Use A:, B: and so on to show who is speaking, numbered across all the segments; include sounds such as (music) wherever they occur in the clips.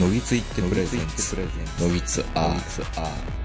A: のぎついってプレゼンツのぎつアーツアー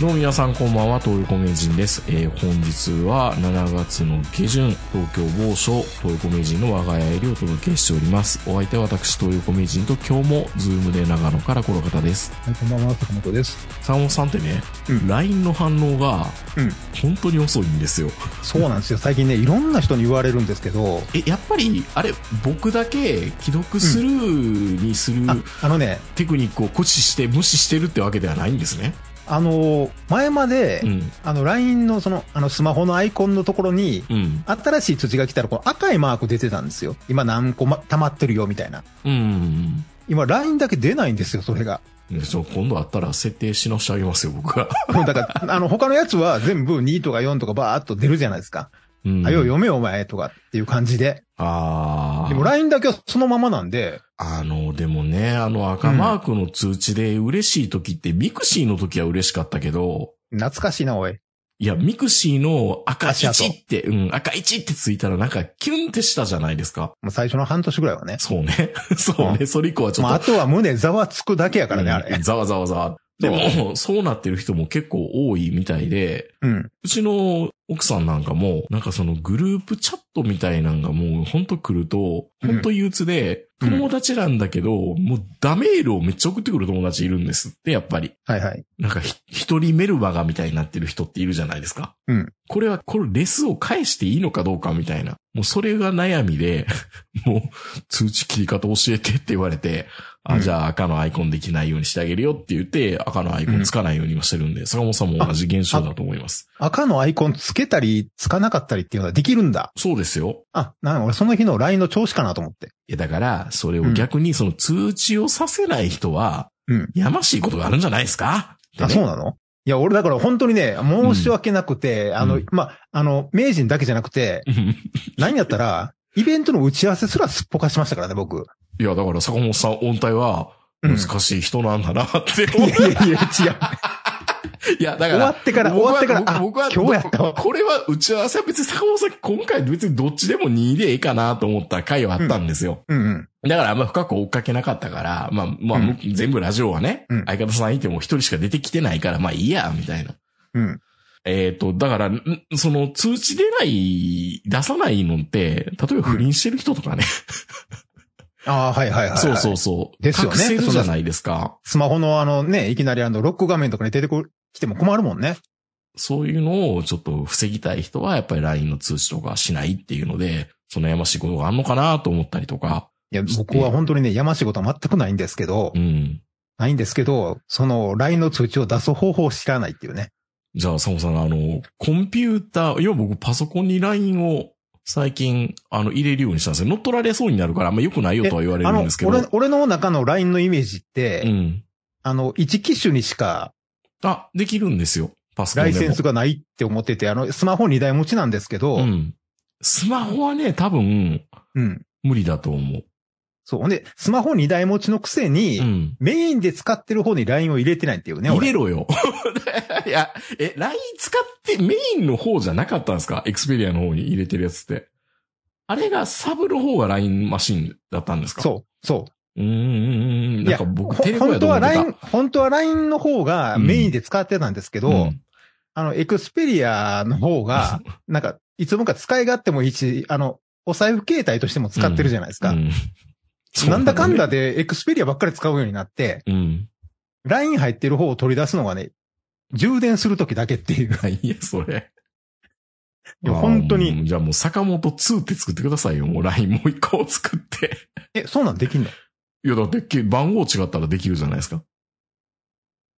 B: どうも皆さんこんばんは、東横名人です。えー本日は7月の下旬、東京某所、東横名人の我が家よりお届けしております。お相手は私、東横名人と今日も、ズームで長野からこの方です。
C: はい、こんばんは、坂本です。
B: 坂本さんってね、
C: うん
B: LINE の反応が、
C: うん
B: 本当に遅いんですよ。
C: そうなんですよ。最近ね、いろんな人に言われるんですけど、
B: え、やっぱり、あれ、僕だけ既読スルーにする
C: ああのね、
B: テクニックを固視して無視してるってわけではないんですね。
C: あの、前まで、
B: うん。
C: あの、LINE のその、あの、スマホのアイコンのところに、
B: うん。
C: 新しい通知が来たら、この赤いマーク出てたんですよ。今何個ま溜まってるよ、みたいな。
B: うん。
C: 今、LINE だけ出ないんですよ、それが。 (laughs)
B: でそう今度あったら設定し直してあげますよ、僕が。
C: もうだから、あの、他のやつは全部2とか4とかバーっと出るじゃないですか。
B: うん
C: あ、よ、読めよ、お前、とかっていう感じで。
B: ああ。
C: でも、LINE だけはそのままなんで、
B: あの、でもね、あの赤マークの通知で嬉しい時って、ミクシーの時は嬉しかったけど、
C: 懐かしいな、おい。
B: いや、ミクシーの赤
C: 足跡
B: 1って、うん、赤1ってついたらなんかキュンってしたじゃないですか。
C: もう最初の半年ぐらいはね。
B: そう
C: (laughs)
B: ね。そうね。それ以降はちょっ
C: ま
B: と。
C: あ、あとは胸ざわつくだけやからね、あ
B: う
C: れ
B: ん。ざわざわざわ。でも、そうなってる人も結構多いみたいで、
C: うん。
B: うちの奥さんなんかも、なんかそのグループチャットみたいなんがもうほんと来ると、
C: うん
B: ほんと憂鬱で、
C: うん
B: 友達なんだけど、もうダメールをめっちゃ送ってくる友達いるんですって、やっぱり。
C: はいはい。
B: なんかひ一人メルマガみたいになってる人っているじゃないですか。
C: うん
B: これは、これレスを返していいのかどうかみたいな。もうそれが悩みで、 (laughs) もう通知切り方教えてって言われて、あ、
C: うん
B: じゃあ赤のアイコンできないようにしてあげるよって言って、赤のアイコンつかないようにもしてるんで、坂本さんも同じ現象だと思います。
C: 赤のアイコンつけたり、つかなかったりっていうのはできるんだ。
B: そうですよ。
C: あ、なんか俺その日の LINE の調子かなと思って。
B: いや、だから、それを逆にその通知をさせない人は、
C: うん
B: やましいことがあるんじゃないですか
C: あ、そう
B: う
C: なのいや、俺だから本当にね、申し訳なくて、あ
B: う
C: の
B: ん、
C: まあ、あの、名人だけじゃなくて、何やったら、イベントの打ち合わせすらすっぽかしましたからね、僕。
B: (laughs) いや、だから坂本さん音体は、
C: うん
B: 難しい人なんだなって
C: い
B: 思
C: や
B: う。
C: い
B: い
C: やいや、違う。
B: や、だか
C: 終わ
B: ら、
C: ってから、終
B: 僕は
C: わってから、あ、
B: 僕は、
C: 今日やったわ。
B: これは打ち合わせは別に坂本さん、今回別にどっちでも2でいいかなと思った回はあったんですよ。
C: うんうん。
B: だからあんま深く追っかけなかったから、まあ、まあ、
C: うん
B: 全部ラジオはね、
C: うん
B: 相方さんいても一人しか出てきてないから、まあいいや、みたいな。
C: うん。
B: えっ、と、だから、んその通知出ない、出さないのって、例えば不倫してる人とかね。
C: ああ、はいはいはい、はい。
B: そうそうそう。
C: ですよね
B: 隠せるじゃないですか。
C: スマホのあのね、いきなりあの、ロック画面とかに出てこ来ても困るもんね。
B: そういうのをちょっと防ぎたい人は、やっぱり LINE の通知とかしないっていうので、そのやましいことがあんのかなと思ったりとか。
C: いや、僕は本当にね、山仕事は全くないんですけど、
B: うん。
C: ないんですけど、その LINE の通知を出す方法を知らないっていうね。
B: じゃあ、サモさん、あの、コンピューター、要は僕パソコンに LINE を最近、あの、入れるようにしたんですよ。乗っ取られそうになるから、あんま良くないよとは言われ
C: あ
B: るん
C: の
B: です、けど。
C: 俺、俺の中の LINE のイメージって、
B: うん。
C: あの、一機種にしか
B: あ、できるんですよ。パソコンで
C: ライ
B: も。
C: センスがないって思ってて、あの、スマホ2台持ちなんですけど、う。
B: うんん。スマホはね、多分、無理だと思う。
C: そう。ほんで、スマホ2台持ちのくせに、
B: うん。
C: メインで使ってる方に LINE を入れてないっていうね、
B: 入れ
C: 俺。
B: ろよ。 (laughs) いや、え、LINE 使ってメインの方じゃなかったんですかエクスペリアの方に入れてるやつって。あれがサブの方が LINE マシンだったんですかう。
C: そう、そう
B: ーん。
C: う。
B: なんか僕、
C: ほ
B: テレビ
C: 本
B: やと
C: 当
B: 思っ
C: は
B: てた。
C: LINE、本当は LINE の方がメインで使ってたんですけど、
B: うん
C: あの、エクスペリアの方が、
B: (laughs)
C: なんか、いつもか使い勝手もいいし、あの、お財布携帯としても使ってるじゃないですか。
B: うん
C: なんだかんだ。で、エクスペリアばっかり使うようになって、
B: うん。 (laughs)
C: LINE 入ってる方を取り出すのがね、充電するときだけっていう。
B: いや、それ。
C: いや本当
B: あー。
C: に。
B: うんじゃあもう坂本2って作ってくださいよ。もう LINE もう一個作って。
C: え、そうなんできんの
B: いや、だってけ番号違ったらできるじゃないですか。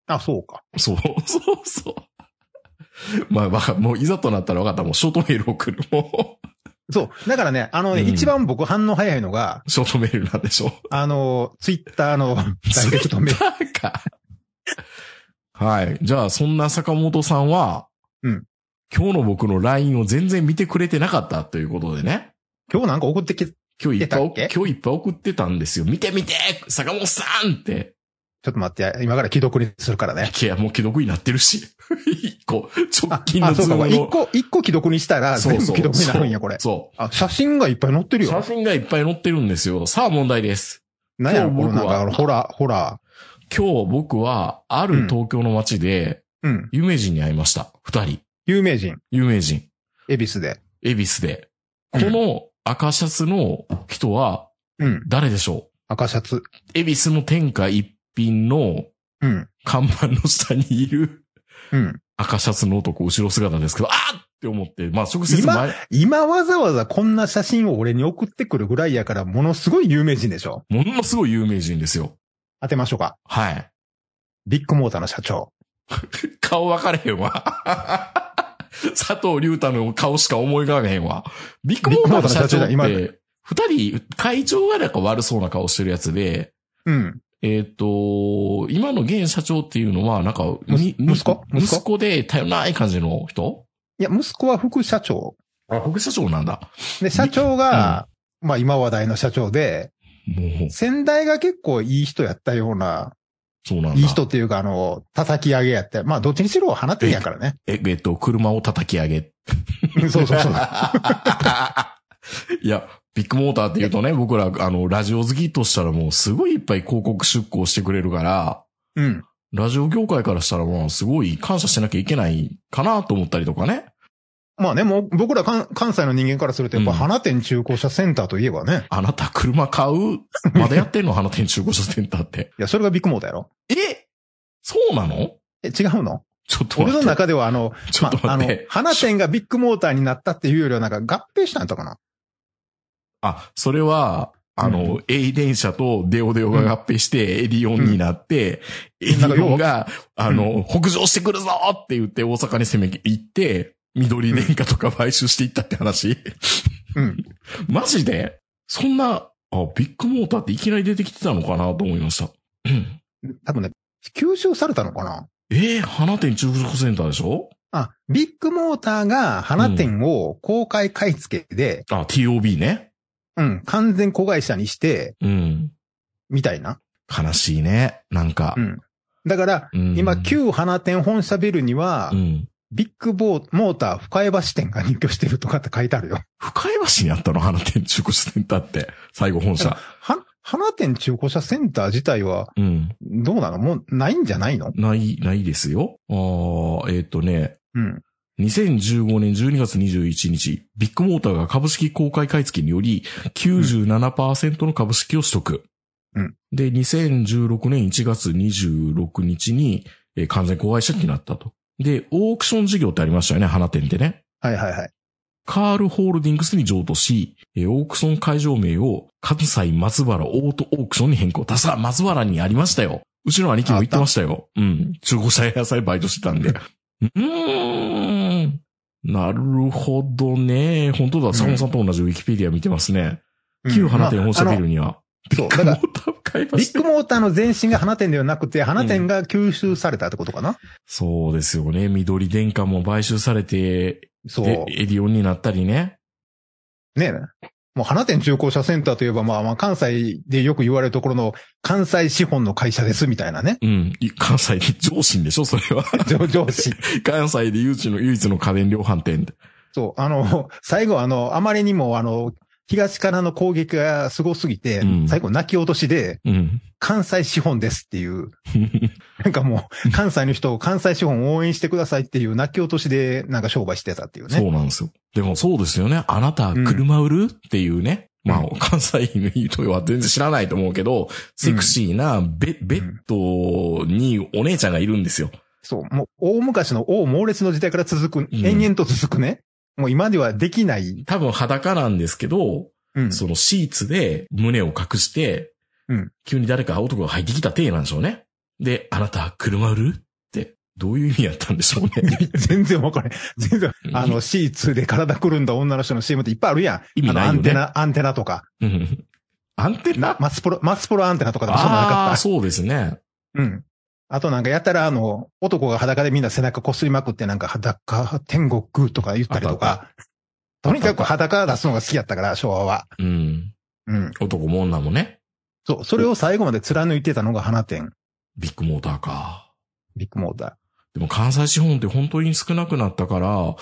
C: あ、そうか。
B: そう、そう、そう。 (laughs) まあ、わかもういざとなったら分かった。もうショートメール送る。も
C: そう。だからね、あのね、
B: うん
C: 一番僕反応早いのが、
B: う、ショートメールなんでしょう。
C: あの、ツイッタ
B: (laughs)
C: ーのダイレクトメール。
B: バカはい。じゃあ、そんな坂本さんは、
C: うん
B: 今日の僕の LINE を全然見てくれてなかったということでね。
C: 今日なんか送ってき、ち
B: 今日いっぱい
C: 出たっけ
B: 今日いっぱい送ってたんですよ。見て見て坂本さんって。
C: ょっと待って、今から既読にするからね。
B: いや、もう既読になってるし。 (laughs) 個、直
C: あ、
B: 近の
C: あそう
B: ズー
C: か。
B: ム
C: 一
B: の。
C: 個、一個既読にしたら、
B: そ
C: 全
B: う
C: 部
B: そう
C: 既読になるんや、これ。
B: そ
C: あ、写真がいっぱい載って
B: う。
C: る
B: 写
C: よ。
B: 真がいっぱい載ってるんですよ。さあ問題です。
C: 何やろ、
B: 今
C: こ
B: 日
C: のなん
B: 僕は
C: か、ほら、ほら。
B: 今日僕は、ある東京の街で、
C: うん。
B: 有名人に会いました。二人。
C: 有名人、
B: 有名人。
C: 恵比寿で。
B: 恵比寿で。
C: う
B: こ
C: ん
B: の赤シャツの人は
C: うん。
B: 誰でしょ
C: 赤シャツ。
B: う恵比寿の天下一品の
C: うん。
B: 看板の下にいる
C: うん。
B: 赤シャツの男、後ろ姿ですけど、あーって思って、まあ直接
C: 今
B: 前、
C: 今わざわざこんな写真を俺に送ってくるぐらいやから、ものすごい有名人でしょ
B: ものすごい有名人ですよ。
C: 当てましょうか。
B: はい。
C: ビッグモーターの社長。
B: 顔分かれへんわ。 (laughs) 佐藤隆太の顔しか思い浮かべへんわ。ビッグモーターの社長
C: ビッグモーターの社
B: っ
C: 長
B: て、二人、会長がなんか悪そうな顔してるやつで、
C: うん。
B: えっ、と、今の現社長っていうのは、なんか、
C: む
B: に
C: 息子息子
B: 息子で頼らない感じの人
C: いや、息子は副社長。
B: あ、副社長なんだ。
C: で、社長が、まあ今話題の社長で、
B: もう、
C: 先代が結構いい人やったような、
B: そうなんだ。
C: いい人っていうか、あの、叩き上げやって、まあどっちにしろ放ってんやからね。
B: え、えっと、車を叩き上げ。
C: そう (laughs) そうそう。
B: (laughs) いや、ビッグモーターって言うとね、僕ら、あの、ラジオ好きとしたらもう、すごいいっぱい広告出稿してくれるから、
C: うん。
B: ラジオ業界からしたらもう、すごい感謝しなきゃいけないかなと思ったりとかね。
C: まあね、もう僕ら関関西の人間からすると、やっぱ
B: うん
C: 花店中古車センターといえばね、
B: あなた車買うまだやってんの花店中古車センターって。
C: いや、それがビッグモーターやろ
B: えそうなの
C: え、違うの
B: ちょっと
C: 俺
B: 待っ
C: の
B: て。
C: 中では、あの、
B: ちょ
C: ま
B: っと
C: あ、あ
B: 待
C: の
B: って、。
C: 花店がビッグモーターになったっていうよりは、なんか合併したんとかな。
B: あ、それは、あの、エイデン社とデオデオが合併してエディオンになって、エディオンが、あの、北上してくるぞって言って大阪に攻め行って、緑電化とか買収していったって話
C: うん。
B: マジでそんな、あ、ビッグモーターっていきなり出てきてたのかなと思いました。うん
C: 多分ね、吸収されたのかな
B: えー、花店中古センターでしょ
C: あ、ビッグモーターが花店を公開買い付けで、
B: あ、TOB ね。
C: うん、完全子会社にして、
B: うん。
C: みたいな。
B: 悲しいね。なんか
C: う。ん。だから、
B: うん
C: 今、旧花店本社ビルには、
B: うん。
C: ビッグボーモーター深江橋店が入居してるとかって書いてあるよ。
B: 深井橋にあったの花店中古センターって。最後本社。
C: は、花店中古車センター自体は、
B: うん。
C: どうなのもうないんじゃないの
B: ない、ないですよ。あーえっ、とね、
C: うん。
B: 2015年12月21日、ビッグモーターが株式公開買い付けにより97%の株式を取得。
C: うん
B: で、2016年1月26日に、えー完全公開者になったと。で、オークション事業ってありましたよね、花店でね。
C: はいはいはい。
B: カールホールディングスに譲渡し、えーオークション会場名を関西松原オートオークションに変更。たさ、松原にありましたよ。うちの兄貴も言ってましたよ。うん。中古車屋さんバイトしてたんで。うーん。なるほどね。本当だ。坂本さんと同じウィキペディア見てますね。
C: うん
B: 旧花店本社ビル
C: ま
B: には。
C: ああのそう。だ
B: モ
C: から
B: ー、ター買い (laughs) ま
C: ビ
B: し
C: ッグ
B: た。
C: モーターの前身が花店ではなくて、花店が吸収されたってことかな、
B: そうですよね。緑電化も買収されて、
C: そう。
B: えエディオンになったりね。。
C: ねえ。もう花店中古車センターといえば、まあまあ関西でよく言われるところの関西資本の会社ですみたいなね (laughs)
B: うん。い関西で上心でしょそれは。
C: 上上司。
B: 関西で唯一の、唯一の家電量販店。
C: そう。あの、最後あの、あまりにもあの、東からの攻撃がすごすぎて、
B: うん
C: 最後泣き落としで、
B: うん。
C: 関西資本ですっていう、なんかもう、関西の人を関西資本を応援してくださいっていう泣き落としで、なんか商売してたっていう
B: そ
C: ね。
B: うなんですよ。でもそうですよね。あなた、車売る、っていうね。まあ、関西の人は全然知らないと思うけど、セクシーなベベッドにお姉ちゃんがいるんですよ。
C: そうもう、大昔の大猛烈の時代から続く、
B: うん
C: 延々と続くね。もう今ではできない。
B: 多分裸なんですけど、
C: うん。
B: そのシーツで胸を隠して、
C: うん
B: 急に誰か男が入ってきた体なんでしょうね。で、あなた、車売るって、どういう意味やったんでしょう
C: (laughs)
B: ね。
C: (laughs) 全然わかんない。全然
B: う、ん
C: あの、C2 で体くるんだ女の人の CM っていっぱいあるやん。
B: 意味ない
C: あの、ア
B: よ
C: ンテ
B: ね。
C: ナ、アンテナとか。
B: うんアンテナ
C: マスポロ、マスポロアンテナとかでもそんなな
B: ああ
C: か
B: ー、
C: った。
B: そうですね。
C: うん。あとなんかやったら、あの、男が裸でみんな背中こすりまくってなんか裸、天国とか言ったりと
B: あっ
C: か。とにかく裸出すのが好きやったから、昭和は。
B: うん。
C: うん。
B: 男も女もね。
C: そう、それを最後まで貫いてたのが花店、
B: ビッグモーターか。
C: ビッグモーター。
B: でも関西資本って本当に少なくなったから、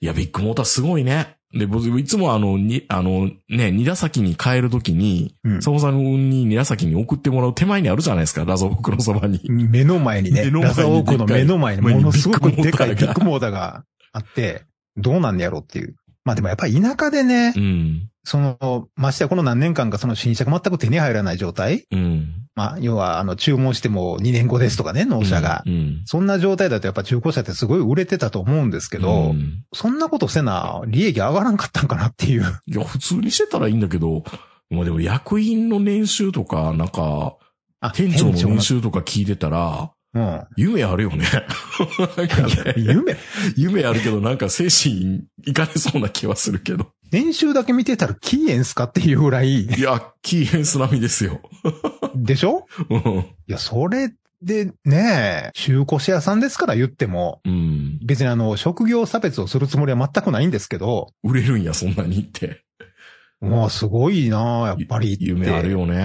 B: いや、ビッグモーターすごいね。で、僕、いつもあの、に、あの、ね、二田崎に帰るときに、
C: うん
B: 佐野さんに二田崎に送ってもらう手前にあるじゃないですか、ラゾックのそばに。
C: 目の前にね、
B: 目の前に
C: ラザオークの
B: でっかい
C: 目の前にものすごく
B: 前にビ
C: で
B: ッグモーターが
C: かいビッグモーターがあって、どうなんやろうっていう。まあでもやっぱり田舎でね
B: う、ん。
C: その、ましてやこの何年間かその新車が全く手に入らない状態
B: うん。
C: まあ要はあの注文しても2年後ですとかね、納車が。
B: うん。
C: そんな状態だとやっぱ中古車ってすごい売れてたと思うんですけど、
B: うん
C: そんなことせな、利益上がらんかったんかなっていう。
B: いや、普通にしてたらいいんだけど、まあでも役員の年収とか、なんか、
C: あ、
B: 店長の
C: が
B: 年収とか聞いてたら、
C: うん。
B: 夢あるよね。なんかね (laughs)
C: 夢、
B: 夢あるけど、なんか精神いかれそうな気はするけど。
C: 年収だけ見てたらキーエンスかっていうぐらい、
B: いや、キーヘンス並みですよ。 (laughs)
C: でしょ
B: うん。
C: いや、それでね、中古車屋さんですから言っても、
B: うん。
C: 別にあの、職業差別をするつもりは全くないんですけど、
B: 売れるんや、そんなにって。
C: もうすごいなやっぱりって。
B: 夢あるよね。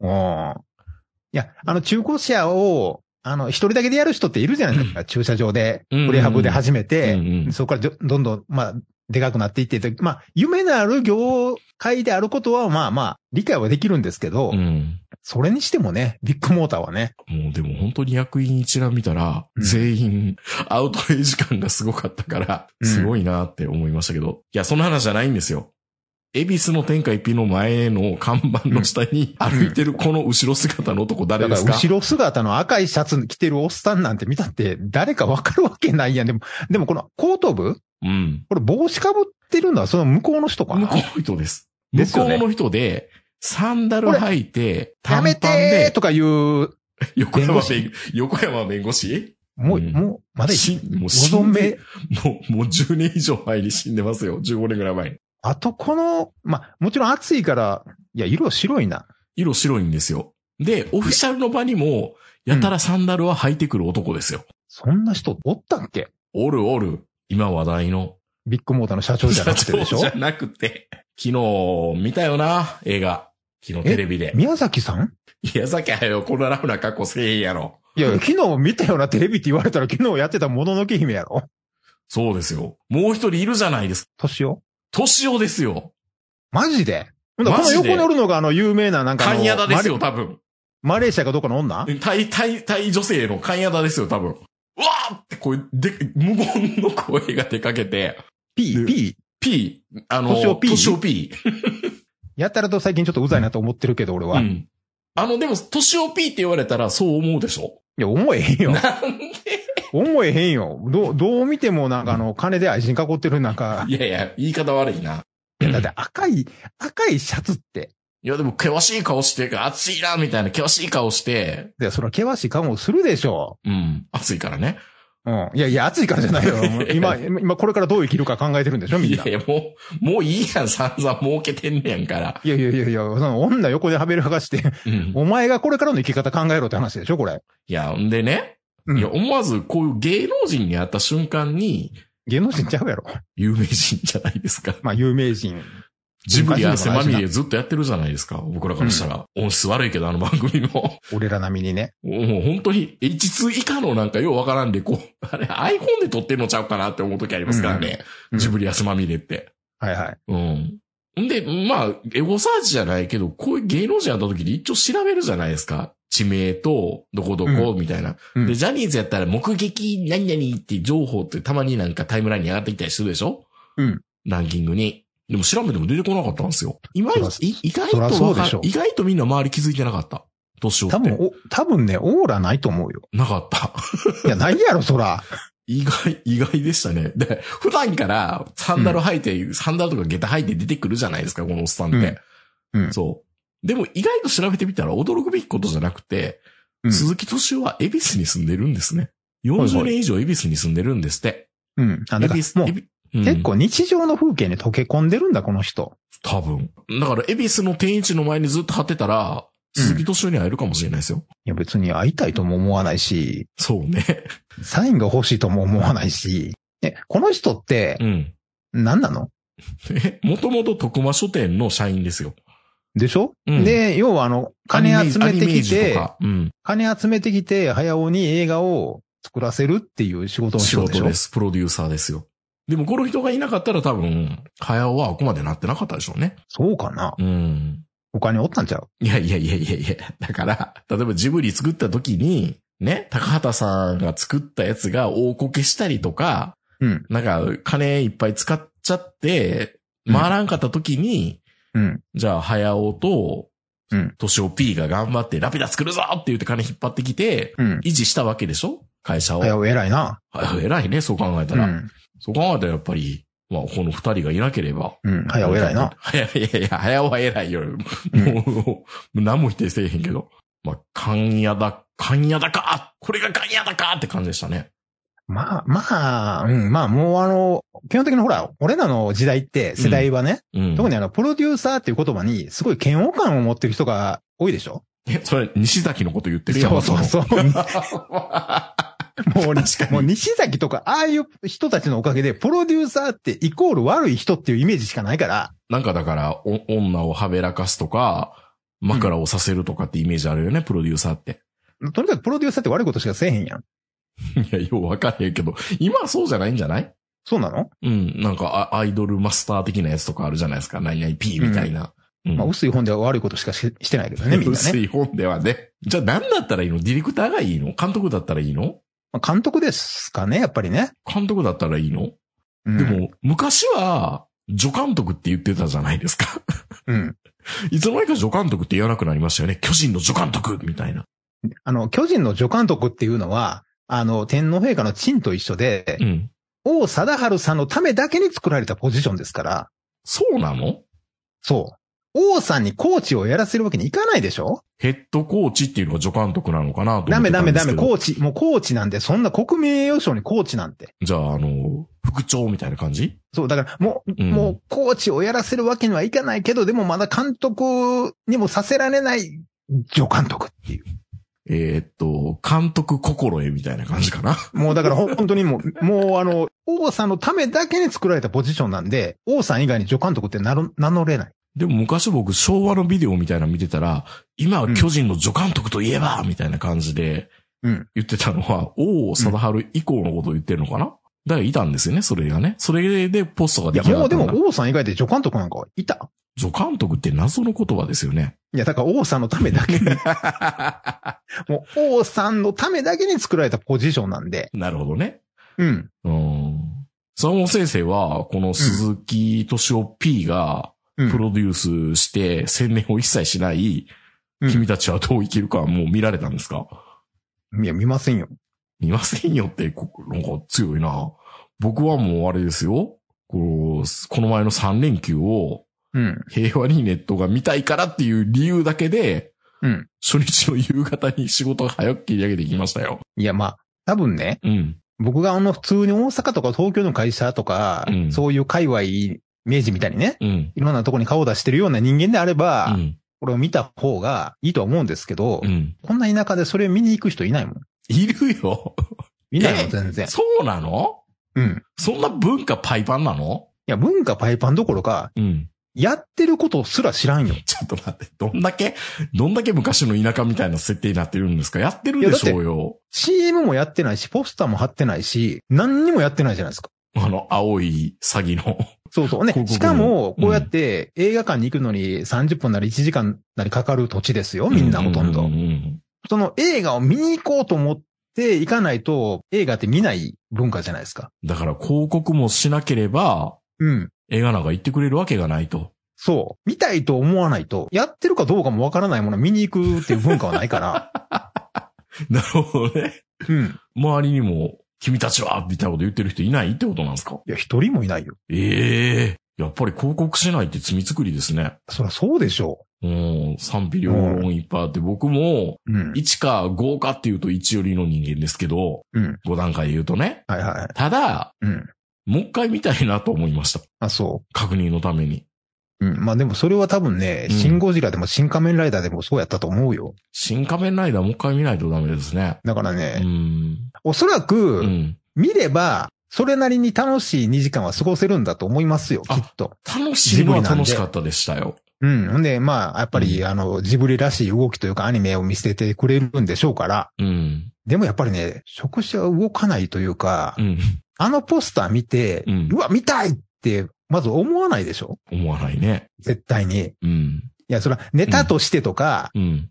C: うん。いや、あの、中古車を、あの、一人だけでやる人っているじゃないですか。駐車場で、
B: うん
C: プレハブで始めて、
B: うんうん
C: そこからじょどんどん、まあ、でかくなっていってて、まあ、夢のある業界であることは、まあまあ、理解はできるんですけど、
B: うん。
C: それにしてもね、ビッグモーターはね、
B: もうでも本当に役員一覧見たら、
C: うん
B: 全員アウトレイジ感がすごかったから、
C: うん
B: すごいなって思いましたけど。いや、その話じゃないんですよ。恵比寿の天下一品の前の看板の下に歩いてるこの後ろ姿の男誰
C: だ
B: で
C: から
B: すか
C: 後ろ姿の赤いシャツ着てるおっさんなんて見たって誰かわかるわけないやん。でも、でもこの後頭部
B: うん。
C: これ帽子かぶってるのはその向こうの人か
B: 向
C: な
B: こうの人です。
C: (laughs) で
B: 向
C: す
B: こ
C: よね
B: うの人で、サンダル履いて、
C: や
B: 短パ
C: め
B: ン
C: てー
B: で、
C: とかいう、
B: (laughs) 横
C: 弁護
B: 山
C: 士
B: 弁、横山弁護士
C: もう、
B: うん
C: もう、まだ
B: しもう
C: ご
B: 死ん
C: 存命
B: で、もう、もう10年以上前に死んでますよ。15年ぐらい前に。
C: あとこの、まあ、もちろん暑いから、いや、色白いな。
B: 色白いんですよ。で、オフィシャルの場にも、やたらサンダルは履いてくる男ですよ。
C: そんな人おったっけ
B: おるおる。今話題の。
C: ビッグモーターの社長じゃなくてでしょ
B: じゃなくて。昨日、見たよな、映画。昨日テレビで。
C: 宮崎さん
B: 宮崎駿、こんなラフな格好せえへんやろ。
C: いや、昨日見たようなテレビって言われたら昨日やってたもののけ姫やろ
B: そうですよ。もう一人いるじゃないですか。
C: 年を
B: 年をですよ。
C: マジでほんだらこの
B: マジで
C: 横におるのがあの有名ななんかあの
B: 関谷田で
C: マ
B: す
C: レ
B: よ、多分。
C: マレーシアかどうかの女
B: 対、対、対女性の関谷田ですよ、多分。うわーって、こういう、で、無言の声が出かけて、
C: ?P、P。
B: P、あの、
C: 年を P？
B: 年を P。
C: やたらと最近ちょっとうざいなと思ってるけど、俺は。
B: う
C: い
B: ん。あの、でも、年を P って言われたらそう思うでしょ
C: や、思えへんよ。
B: なんで
C: 思えへんよ。どう、どう見てもなんかあの、金で愛人囲ってるなんか、
B: いやいや、言い方悪いな。
C: いやだって赤い、赤いシャツって、
B: いや、でも、険しい顔して、暑いな、みたいな、険しい顔して、
C: いや、それは険しい顔をするでしょ
B: うん、暑いからね。
C: う。うん。いやいや、暑いからじゃないよ。
B: (laughs)
C: もう今、今これからどう生きるか考えてるんでしょ、み
B: い
C: ん
B: や
C: な。
B: い
C: い
B: や、もう、もういいやん、散々儲けてんねやんから。
C: やいやいやいや、その女横ではべらかして、
B: うん。
C: お前がこれからの生き方考えろって話でしょ、これ。
B: いや、んでね、
C: うん
B: いや、思わず、こういう芸能人に会った瞬間に、
C: 芸能人ちゃうやろ。
B: 有名人じゃないですか。
C: まあ、有名人。
B: ジブリ汗まみれずっとやってるじゃないですか。僕らからしたら。音質悪いけど、あの番組も。 (laughs)
C: 俺ら並みにね。
B: もう本当に H2 以下のなんかようわからんで、こう、あれ iPhone で撮ってんのちゃうかなって思う時ありますからね。
C: うん
B: ジブリやすまみれって。
C: はいはい。
B: うん。んで、まあ、エゴサーチじゃないけど、こういう芸能人やった時に一応調べるじゃないですか。地名と、どこどこ、みたいな。
C: うん
B: で、ジャニーズやったら目撃何々って情報ってたまになんかタイムラインに上がってきたりするでしょ
C: うん。
B: ランキングに。でも調べても出てこなかったんですよ。今、い
C: そらそ
B: 意外
C: そら
B: と
C: そう
B: わ
C: で
B: か
C: しょう
B: 意外とみんな周り気づいてなかった。年をって。
C: 多分、お、多分ね、オーラないと思うよ。
B: なかった。
C: いや、ないやろ、そら。
B: 意外、 (laughs) 意外でしたね。で、普段からサンダル履いて、サンダルとか下駄履いて出てくるじゃないですか、このおっさんって。
C: うんうん
B: そう。でも意外と調べてみたら驚くべきことじゃなくて、
C: うん
B: 鈴木敏夫は恵比寿に住んでるんですね。
C: いは
B: 40
C: い
B: 年以上恵比寿に住んでるんですって。
C: うん。あ、だ
B: 恵
C: から
B: 比寿、
C: もう
B: 恵、比うん
C: 結構日常の風景に溶け込んでるんだ、この人。
B: 多分。だから、恵比寿の天一の前にずっと張ってたら、
C: うん
B: 鈴木敏夫に会えるかもしれないですよ。
C: いや、別に会いたいとも思わないし、
B: そうね。
C: サインが欲しいとも思わないし、え、この人って
B: う、ん。
C: 何なの
B: (laughs) え、もともと徳間書店の社員ですよ。
C: でしょ、
B: うん
C: で、要はあの、金集めてき
B: アニメージと
C: て、
B: かうん。
C: 金集めてきて、早尾に映画を作らせるっていう仕事をし
B: 仕
C: ようでし
B: 事
C: ょ
B: で。す。プロデューサーですよ。でもこの人がいなかったら多分、早尾はあくまでなってなかったでしょうね。
C: そうかな
B: うん。
C: 他におったんちゃう
B: いやいやいやいやいや。だから、例えばジブリ作った時に、ね、高畑さんが作ったやつが大こけしたりとか、
C: うん。
B: なんか金いっぱい使っちゃって、回らんかった時に、
C: うん。
B: じゃあ早尾と、
C: うん
B: としお P が頑張ってラピュタ作るぞって言って金引っ張ってきて、
C: うん。
B: 維持したわけでしょ会社を。
C: 早う偉いな。
B: 早尾偉いね、そう考えた
C: う
B: ら。
C: ん。
B: そう考えたらやっぱり、まあ、この二人がいなければ。
C: うん。早う偉いな。。
B: 早いやいや、早尾は偉いよ。も
C: う
B: う、
C: ん
B: もう何も否定せえへんけど。まあ、勘やだ、勘やだかこれが勘やだかって感じでしたね。
C: まあ、まあ、うん、まあもうあの、基本的にほら、俺らの時代って世代はね、
B: うん。
C: 特
B: に。
C: にあの、プロデューサーっていう言葉にすごい嫌悪感を持ってる人が多いでしょ
B: え、それ、西崎のこと言ってるやん。
C: そうそう
B: (laughs)
C: そう。も
B: う。
C: う、
B: 確かに
C: もう西崎とか、ああいう人たちのおかげで、プロデューサーってイコール悪い人っていうイメージしかないから、
B: なんかだから、お女をはべらかすとか、枕をさせるとかってイメージあるよね、プロデューサーって。
C: とにかくプロデューサーって悪いことしかせえへんやん。
B: いや、ようわかんへんけど、今はそうじゃないんじゃない
C: そうなの、
B: うん、なんかアアイドルマスター的なやつとかあるじゃないですか。何々 P みたいな。うん
C: まあ、薄い本では悪いことしかししてないけどね、みんな
B: 薄
C: ね。
B: い本ではね。じゃあ何だったらいいのディレクターがいいの監督だったらいいの
C: まあ、監督ですかね、やっぱりね。
B: 監督だったらいいの、
C: うん、
B: で、も、昔は、助監督って言ってたじゃないですか。 (laughs)
C: うん。
B: いつの間にか助監督って言わなくなりましたよね。巨人の助監督みたいな。
C: あの、巨人の助監督っていうのは、あの、天皇陛下の陳と一緒で、
B: うん。
C: 王貞治さんのためだけに作られたポジションですから、
B: そうなの
C: そう。王さんにコーチをやらせるわけにいかないでしょ
B: ヘッドコーチっていうのが助監督なのかなと思ってた
C: ダ
B: んで
C: メ
B: すけど。
C: ダメダメ、
B: メ。
C: コーチ、もうコーチなんで、そんな国民栄誉賞にコーチなんて。
B: じゃあ、あの、副長みたいな感じ
C: そう、だからもう、
B: うん
C: もうコーチをやらせるわけにはいかないけど、でもまだ監督にもさせられない助監督っていう。
B: えーっと、監督心得みたいな感じかな。
C: もうだからほん (laughs) 本当にもう、もうあの、王さんのためだけに作られたポジションなんで、王さん以外に助監督って名乗名乗れない。
B: でも昔僕昭和のビデオみたいなの見てたら、今は巨人の助監督といえば、みたいな感じで
C: うん。
B: 言ってたのは、王貞治以降のことを言ってるのかな、だからいたんですよね、それがね。それでポストが
C: い
B: で
C: や、
B: きなか
C: も
B: っ
C: う
B: た
C: で
B: んだ
C: も王さん以外で助監督なんかいた
B: 助監督って謎の言葉ですよ
C: (laughs)
B: ね。
C: いや、だから王さんのためだけに、 (laughs) もう王さんのためだけに作られたポジションなんで、
B: なるほどね。
C: うん。
B: うん。坂本先生は、この鈴木敏夫 P が
C: うん、
B: プロデュースして宣伝を一切しない、
C: うん
B: 君たちはどう生きるかはもう見られたんですか
C: いや、見ませんよ。
B: 見ませんよって、こなんか強いな。僕はもうあれですよ。こうこの前の3連休を
C: うん。
B: 平和にネットが見たいからっていう理由だけで、
C: うん。
B: 初日の夕方に仕事を早く切り上げていきましたよ。
C: いや、まあ、多分ね、
B: うん。
C: 僕があの、普通に大阪とか東京の会社とか、
B: うん
C: そういう界隈、明治みたいにね、
B: うん。
C: いろんなとこに顔を出してるような人間であれば、
B: うん。
C: これを見た方がいいとは思うんですけど、
B: うん。
C: こんな田舎でそれ見に行く人いないもん。
B: いるよ。
C: いない
B: え
C: もん、全
B: (laughs)
C: 然。
B: そうなの
C: うん。
B: そんな文化パイパンなの
C: いや、文化パイパンどころか、
B: うん。
C: やってることすら知らんよ。
B: ちょっと待って、どんだけ、どんだけ昔の田舎みたいな設定になってるんですかやってるでしょうよ。
C: CM もやってないし、ポスターも貼ってないし、何にもやってないじゃないですか。
B: あの、青い詐欺の。
C: そうそう。
B: 広
C: ね
B: 告も、
C: しかも、こうやって映画館に行くのに30分なり1時間なりかかる土地ですよ、みんなほとん
B: う
C: ど
B: う。うん
C: その映画を見に行こうと思って行かないと、映画って見ない文化じゃないですか。
B: だから広告もしなければ、
C: うん。
B: 映画なんか行ってくれるわけがないと。 (laughs)
C: そう。見たいと思わないと、やってるかどうかもわからないものを見に行くっていう文化はない (laughs) から。
B: なるほどね。
C: うん。
B: 周りにも、君たちはみたいなこと言ってる人いないってことなんですか
C: いや、一人もいないよ。
B: ええやっぱり広告しないって罪作りですね。
C: そりゃそうでしょ
B: うん、賛否両論いっぱいあって、僕も、
C: う。うん。
B: 1か5かっていうと1よりの人間ですけど、
C: うん。
B: 5段階言うとね。
C: はいはい。
B: ただ、
C: うん。
B: もう一回見たいなと思いました。
C: あ、そう。
B: 確認のために。
C: うん。まあでもそれは多分ね、
B: うん
C: シンゴジラでもシン仮面ライダーでもそうやったと思うよ。
B: 新仮面ライダーもう一回見ないとダメですね。
C: だから
B: う
C: ね、
B: ん。
C: おそら
B: う
C: く、
B: ん。
C: 見れば、それなりに楽しい2時間は過ごせるんだと思いますよ、き
B: あ
C: っと。
B: 楽しいのは楽しかったでしたよ。
C: うん。ほんで、まあ、やっぱり、
B: うん
C: あの、ジブリらしい動きというかアニメを見せてくれるんでしょうから、
B: うん。
C: でもやっぱりね、触手は動かないというか、
B: うん。
C: あのポスター見て、
B: う
C: うんわ、見たいって、まず思わないでしょ
B: 思わないね。
C: 絶対に。い
B: うん。
C: や、それはネタとしてとか、
B: うん。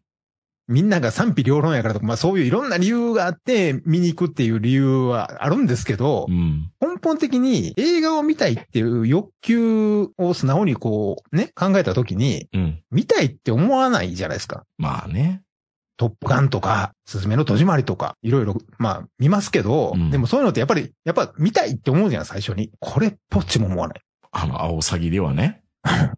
C: みんなが賛否両論やからとか、まあそういういろんな理由があって、見に行くっていう理由はあるんですけど、
B: うん。
C: 根本的に映画を見たいっていう欲求を素直にこうね、考えた時に、
B: うん。
C: 見たいって思わないじゃないですか。
B: まあね。
C: トップガンとか、すずめの戸締まりとか、いろいろ、まあ見ますけど、
B: うん
C: でもそういうのってやっぱり、やっぱ見たいって思うじゃん、最初に。これっぽっちも思わない。
B: あの、青サギではね。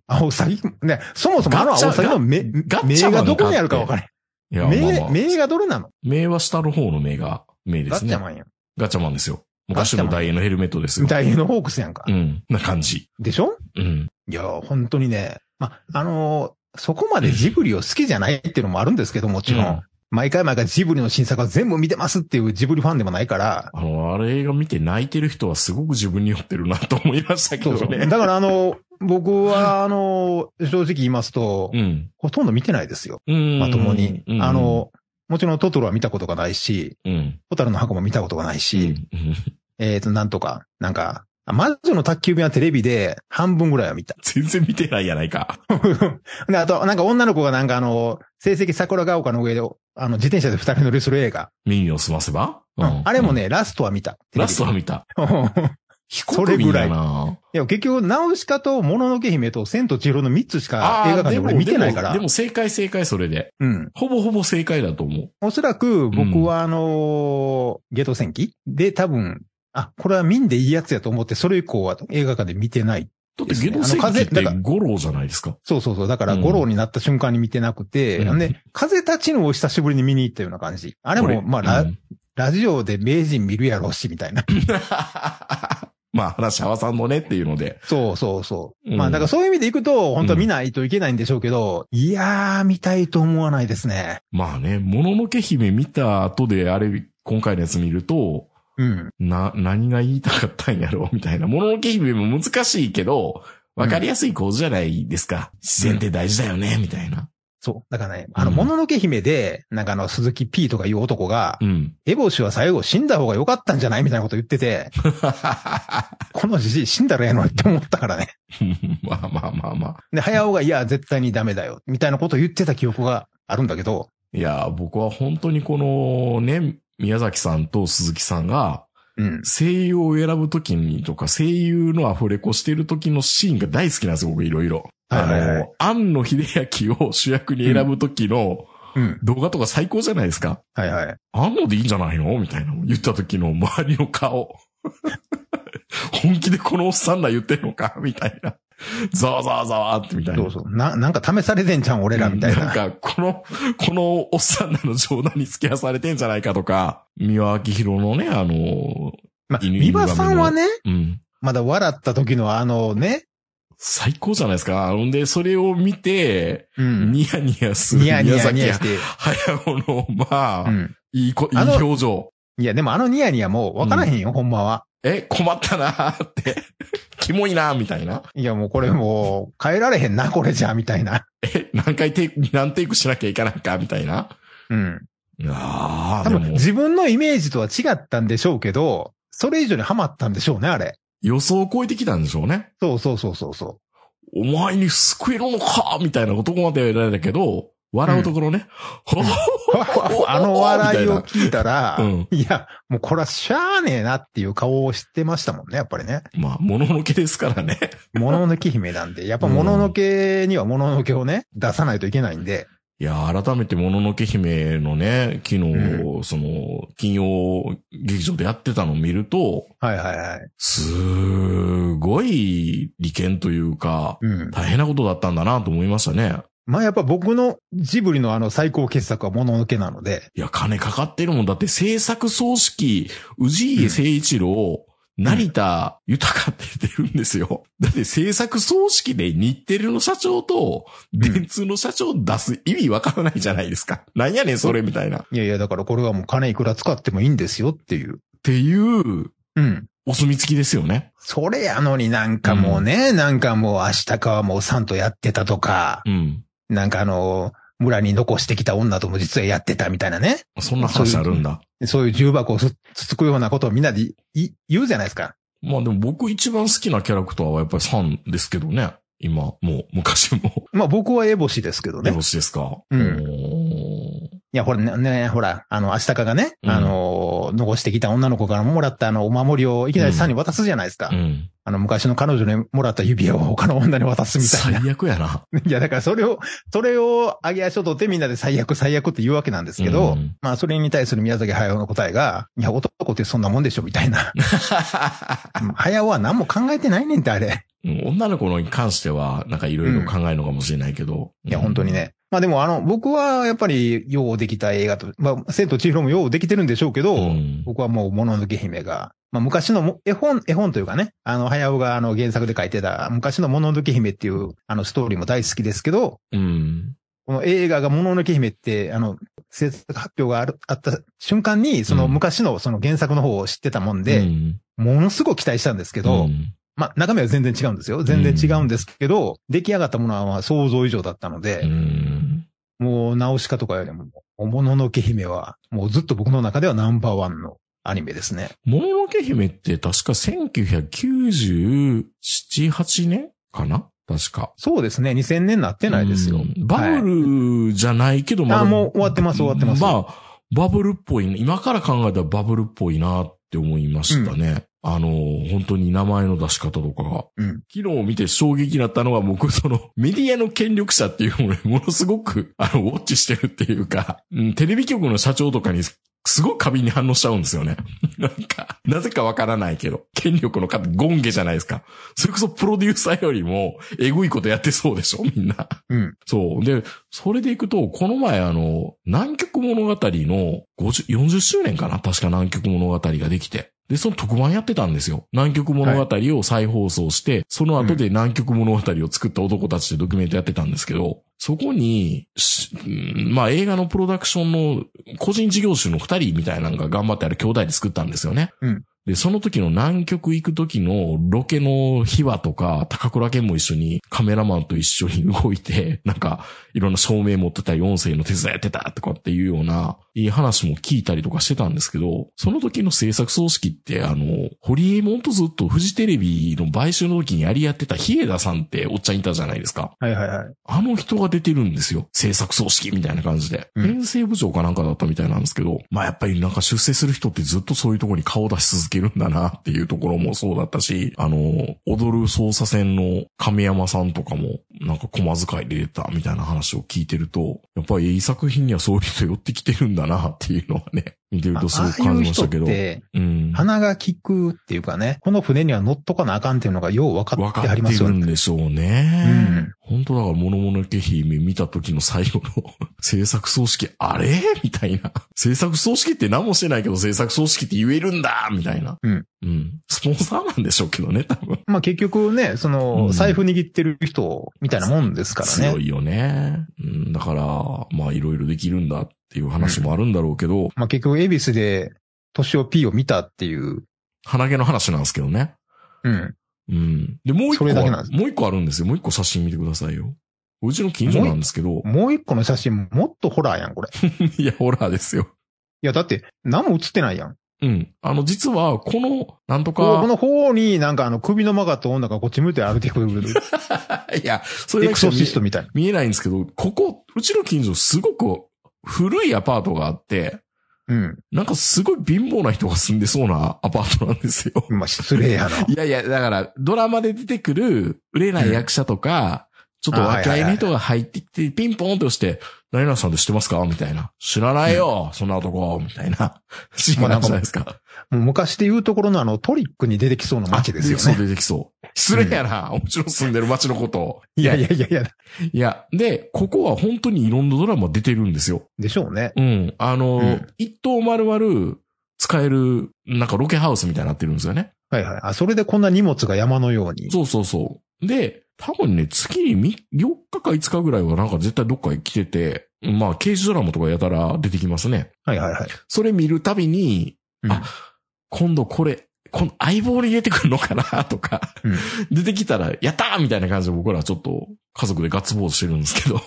C: アオサギ、ね、そもそもあのアオサギの目、
B: ガッ
C: 目
B: チャマン
C: がどこにあるかわから
B: いや、
C: ない。
B: まあま
C: 目、
B: あ
C: 目がどれなの
B: 目は下の方の目が、目で
C: ガ
B: す
C: ッ
B: ね
C: チャ。マンやん。
B: ガチャマンですよ。昔のダイエーのヘルメットですよ。
C: 大変のホークスやんか
B: う。ん。な感じ。
C: でしょ
B: うん。
C: いや、本当にね、ま、あのーそこまでジブリを好きじゃないっていうのもあるんですけど、もちろん。
B: うん
C: 毎回毎回ジブリの新作は全部見てますっていうジブリファンでもないから、
B: あの、あれ映画見て泣いてる人はすごく自分に酔ってるなと思いましたけど
C: そう
B: ね。
C: そう。だからあのー僕はあのー正直言いますと、
B: うん。
C: ほとんど見てないですよ。
B: うん。
C: まともに。
B: うん
C: あ、のーもちろんトトロは見たことがないし、
B: うん。
C: ホタルの箱も見たことがないし、
B: うん
C: えっ、と、なんとか、なんか、あ魔女の宅急便はテレビで半分ぐらいは見た。
B: 全然見てないやないか。
C: (laughs) で、あと、なんか女の子がなんかあの、成績桜ヶ丘の上で、あの、自転車で二人乗りする映画。
B: 耳を澄ませば、
C: うんあれもね、ラストは見た。
B: ラストは
C: は
B: 見た。 (laughs)
C: 非
B: そ
C: 国
B: れ
C: 民
B: ぐ
C: やな
B: らいな。
C: いや、結局、ナウシカともののけ姫と千と千尋の3つしか映画館で俺見てないか
B: でも
C: ら
B: で。も正解正解それで。
C: うん。
B: ほぼほぼ正解だと思う。
C: おそらく、僕はあのーゲート戦記で多分、あ、これは民でいいやつやと思って、それ以降は映画館で見てない。
B: だってゲド戦記って五郎じゃないですか。
C: そうそうそう。だから、
B: うん
C: ゴロになった瞬間に見てなくて、
B: うん
C: で、風立ちぬを久しぶりに見に行ったような感じ。あれも、まあ、ラ
B: うん (laughs)
C: ラジオで名人見るやろうし、みたいな。
B: まあ話合わさんのねっていうので。
C: (laughs) そうそうそう。
B: うん
C: まあ、だからそういう意味でいくと、本当は見ないといけないんでしょうけど、いやー、見たいと思わないですね。
B: まあね、もののけ姫見た後であれ、今回のやつ見ると、
C: うん。
B: な、何が言いたかったんやろうみたいな。もののけ姫も難しいけど、わかりやすい構図じゃないですか。自然って大事だよね、みたいな。
C: そう。だからね、あ
B: う
C: の、
B: ん
C: もののけ姫で、なんかあの、鈴木 P とかいう男が
B: う、ん。 (laughs)
C: エボシは最後死んだ方が良かったんじゃないみたいなこと言って (laughs) て、このじじい死んだらええのにって思ったからね。
B: まあまあまあまあ。
C: で、早尾が、いや、絶対にダメだよ。みたいなことを言ってた記憶があるんだけど、
B: いやー、僕は本当にこのね、宮崎さんと鈴木さんが
C: うん。
B: 声優を選ぶときにとか声優のアフレコしてる時のシーンが大好きなんですよ、僕いろいろ。あ
C: はいはいは
B: の、庵野秀明を主役に選ぶ時の
C: うん。
B: 動画とか最高じゃないですか。
C: はいはい。
B: あんのでいいんじゃないのみたいなの言った時の周りの顔。 (laughs) 本気でこのおっさんら言ってんのかみたいな。ざわざわざわってみたいな。
C: そうそう。な、なんか試されてんじゃん、俺ら、みたい
B: ん
C: (laughs) な。
B: か、この、このおっさんらの冗談に付き合わされてんじゃないかとか、三輪明宏のね、あの、
C: まあ、
B: 犬
C: 美馬さんはね、
B: うん、
C: まだ笑った時のあのね、
B: 最高じゃないですか。ほんで、それを見て、
C: うん。
B: ニヤニヤする
C: ニヤニ
B: 宮
C: ヤニ
B: 崎
C: ヤして。
B: 駿の、まあ、
C: うん。
B: いいこ、いい
C: あの
B: 表情。
C: いや、でもあのニヤニヤもう分からへんよ、ほんまは。
B: え、困ったなーって、 (laughs) キモいなーみたいな。
C: いや、もうこれもう、変えられへんな、これじゃ、みたいな。
B: え、何回テイク、何テイクしなきゃいけないか、みたいな。
C: うん。
B: ああ、
C: 多
B: で
C: 分、
B: も、
C: 自分のイメージとは違ったんでしょうけど、それ以上にハマったんでしょうね、あれ。
B: 予想を超えてきたんでしょうね。
C: そうそうそうそうそ
B: お前に救えるのかみたいなことまでは言われたけど、笑うところね。 (laughs) ほほ
C: う。あの笑いを
B: み
C: 聞いたら、
B: うん
C: いや、もうこれはしゃあねえなっていう顔をしてましたもんね、やっぱりね。
B: たいなまあ、もののけですからね。
C: もののけ姫なんで、やっぱもののけにはもののけをね、出さないといけないんで。
B: いや、改めてもののけ姫のね、昨日、
C: う
B: その、金曜劇場でやってたのを見ると、
C: はいはいはい。
B: すごい利権というか、
C: うん。
B: 大変なことだったんだなと思いましたね。
C: まあやっぱ僕のジブリのあの最高傑作はもののけなので、
B: いや、金かかってるもんだって、制作葬式、氏家誠一郎、成田豊って出てるんですよ。だって制作葬式で日テレの社長と電通の社長出す意味わからないじゃないですか。なんやねんそれみたいな。っ
C: いやいや、だからこれはもう金いくら使ってもいいんですよっていう。
B: ていう、
C: うん。
B: お墨付きですよね。
C: それやのになんかもうね、なんかもう明日かはもうサントやってたとか、
B: うん。
C: なんかあの、村に残してきた女とも実はやってたみたいなね。
B: そんな話あるんだ。
C: そういう重箱をつつつくようなことをみんなでいい言うじゃないですか。
B: まあでも僕一番好きなキャラクターはやっぱりサンですけどね。今、もう、昔も。
C: まあ僕はエボシですけど
B: よ
C: ね。
B: ろしいですか。
C: うん
B: お
C: いや、ほらね、ねほら、あの、アシタカがね、
B: うん
C: あの、残してきた女の子からもらったあの、お守りをいきなりさんに渡すじゃないですか。
B: ーうん。
C: あの、昔の彼女にもらった指輪を他の女に渡すみたいな。
B: 最悪やな。
C: (laughs) いや、だからそれを、それを上げ足を取ってみんなで最悪最悪って言うわけなんですけど、
B: うん
C: まあそれに対する宮崎駿の答えが、いや、男ってそんなもんでしょ、みた
B: (laughs)
C: いな。うん駿は何も考えてないねんって、あれ。
B: (laughs) うん女の子のに関しては、なんかいろいろ考えるのかもしれないけど。
C: いや、本当に。ね。まあでも、あの、僕はやっぱり、ようできた映画と、まあ、千と千尋もようできてるんでしょうけど、
B: うん
C: 僕はもう、もののけ姫が、まあ、昔のも絵本、絵本というかね、あの、早尾があの原作で書いてた、昔のもののけ姫っていう、あの、ストーリーも大好きですけど、
B: うん。
C: この映画がもののけ姫って、あの、制作発表があるあった瞬間に、その
B: うん
C: 昔のその原作の方を知ってたもん
B: う
C: で、
B: ん
C: ものすごく期待したんですけ
B: う
C: ど、
B: ん
C: まあ、中身は全然違うんですよ。全然違うんですけど、出来上がったものはまあ想像以上だったので、
B: うん
C: もう、ナオシカとかよりも、もののけ姫は、もうずっと僕の中ではナンバーワンのアニメですね。
B: もののけ姫って確か1997、8年かな確か。
C: そうですね。2000年なってないですよ
B: う。んバブルじゃないけど、まだ
C: あもう終わってます終わってます
B: まあ、バブルっぽい、今から考えたらバブルっぽいなって思いましたね。あの、本当に名前の出し方とかが。
C: うん。
B: 昨日見て衝撃だったのは僕、その、メディアの権力者っていうものに (laughs) ものすごく、あの、ウォッチしてるっていうか、うん、テレビ局の社長とかに、すごく過敏に反応しちゃうんですよね。 (laughs) なんか、なぜかわからないけど、権力の方、ゴンゲじゃないですか。それこそプロデューサーよりも、えぐいことやってそうでしょみんな。
C: うん。
B: そう。で、それでいくと、この前あの、南極物語の50 40周年かな確か南極物語ができて。で、その特番やってたんですよ。南極物語を再放送して、その後で南極物語を作った男たちでドキュメントやってたんですけど、そこに、しうんまあ映画のプロダクションの個人事業主の二人みたいなのが頑張ってある兄弟で作ったんですよね。
C: うん
B: で、その時の南極行く時のロケの秘話とか、高倉健も一緒にカメラマンと一緒に動いて、なんか、いろんな照明持ってたり、音声の手伝いやってたとかっていうような、いい話も聞いたりとかしてたんですけど、その時の制作組織って、あの、ホリエモンとずっとフジテレビの買収の時にやり合ってたヒエダさんっておっちゃんいたじゃないですか。
C: はいはいはい。
B: あの人が出てるんですよ。制作組織みたいな感じで。
C: うん
B: 編成部長かなんかだったみたいなんですけど、まあやっぱりなんか出世する人ってずっとそういうところに顔を出し続けるんだなっていうところもそうだったし、あの、踊る捜査線の亀山さんとかも、なんか駒遣いで出たみたいな話を聞いてると、やっぱりいい作品にはそういう人寄ってきてるんだなっていうのはね、見てる
C: あ
B: とすご
C: あ
B: く
C: あ
B: 感
C: いう
B: じまし
C: 人
B: た
C: っ
B: けど。
C: て、
B: うん。
C: 鼻が利くっていうかね、この船には乗っとかなあかんっていうのがよう分か
B: わ
C: って
B: か
C: はりま
B: って
C: すよ
B: る
C: ね。
B: んでしょうね。本当だから、ものものけ姫見た時の最後の (laughs) 制作葬式、あれみたいな。制作葬式って何もしてないけど、制作葬式って言えるんだみたいな。
C: うん。
B: うん。スポンサーなんでしょうけどね、多分。
C: まあ結局ね、そ
B: うん
C: の、財布握ってる人みたいなもんですから
B: 強
C: ね。
B: いよね。うん。だから、まあ、いろいろできるんだっていう話もあるんだろうけど、
C: まあ結局、恵比寿で、年を P を見たっていう、
B: 鼻毛の話なんですけどね。
C: うん。
B: うん。で、もう一個
C: それだけなん
B: は、
C: です
B: もう一個あるんですよ。もう一個写真見てくださいよ。うちの近所なんですけど、
C: もう一個の写真もっとホラーやん、これ。
B: いや、ホラーですよ。
C: いや、だって、何も写ってないやん。
B: うん。あの、実は、この、なんと
C: こ
B: か
C: こ、の方になんかあの首の曲がった女がこっち向いて歩いてくる。
B: (laughs) いや、それ
C: エ
B: だけ
C: ク
B: じゃ
C: ソ
B: 見
C: シストみたいな。
B: 見えないんですけど、ここ、うちの近所すごく古いアパートがあって、
C: うん。
B: なんかすごい貧乏な人が住んでそうなアパートなんですよ。 (laughs)
C: まあ、失礼やな。
B: いやいや、だから、ドラマで出てくる、売れない役者とか、ちょっと若い人が入ってきて、ピンポンと押して、何々さんって知ってますかみたいな。知らないよ、そんな男、みたいな。シーンがあるじゃないですか。
C: もう昔で言うところのあのトリックに出てきそうな街ですよ
B: そう、
C: ね。
B: 出てきそう。失礼やな、もちろん住んでる街のこと。
C: いやいやいやいや、
B: いや、で、ここは本当にいろんなドラマ出てるんですよ。
C: でしょうね。
B: うん。あの、
C: うん
B: 一棟丸々使える、なんかロケハウスみたいになってるんですよね。
C: はいはい。あ、それでこんな荷物が山のように。
B: そうそうそう。で、多分ね、月にみ4日か5日ぐらいはなんか絶対どっかへ来てて、まあ、刑事ドラマとかやたら出てきますね。
C: はいはいはい。
B: それ見るたびに、
C: うん
B: あ、今度これ、この相棒に出てくるのかなとか、
C: うん
B: 出てきたら、やったーみたいな感じで僕らはちょっと家族でガッツポーズしてるんですけど、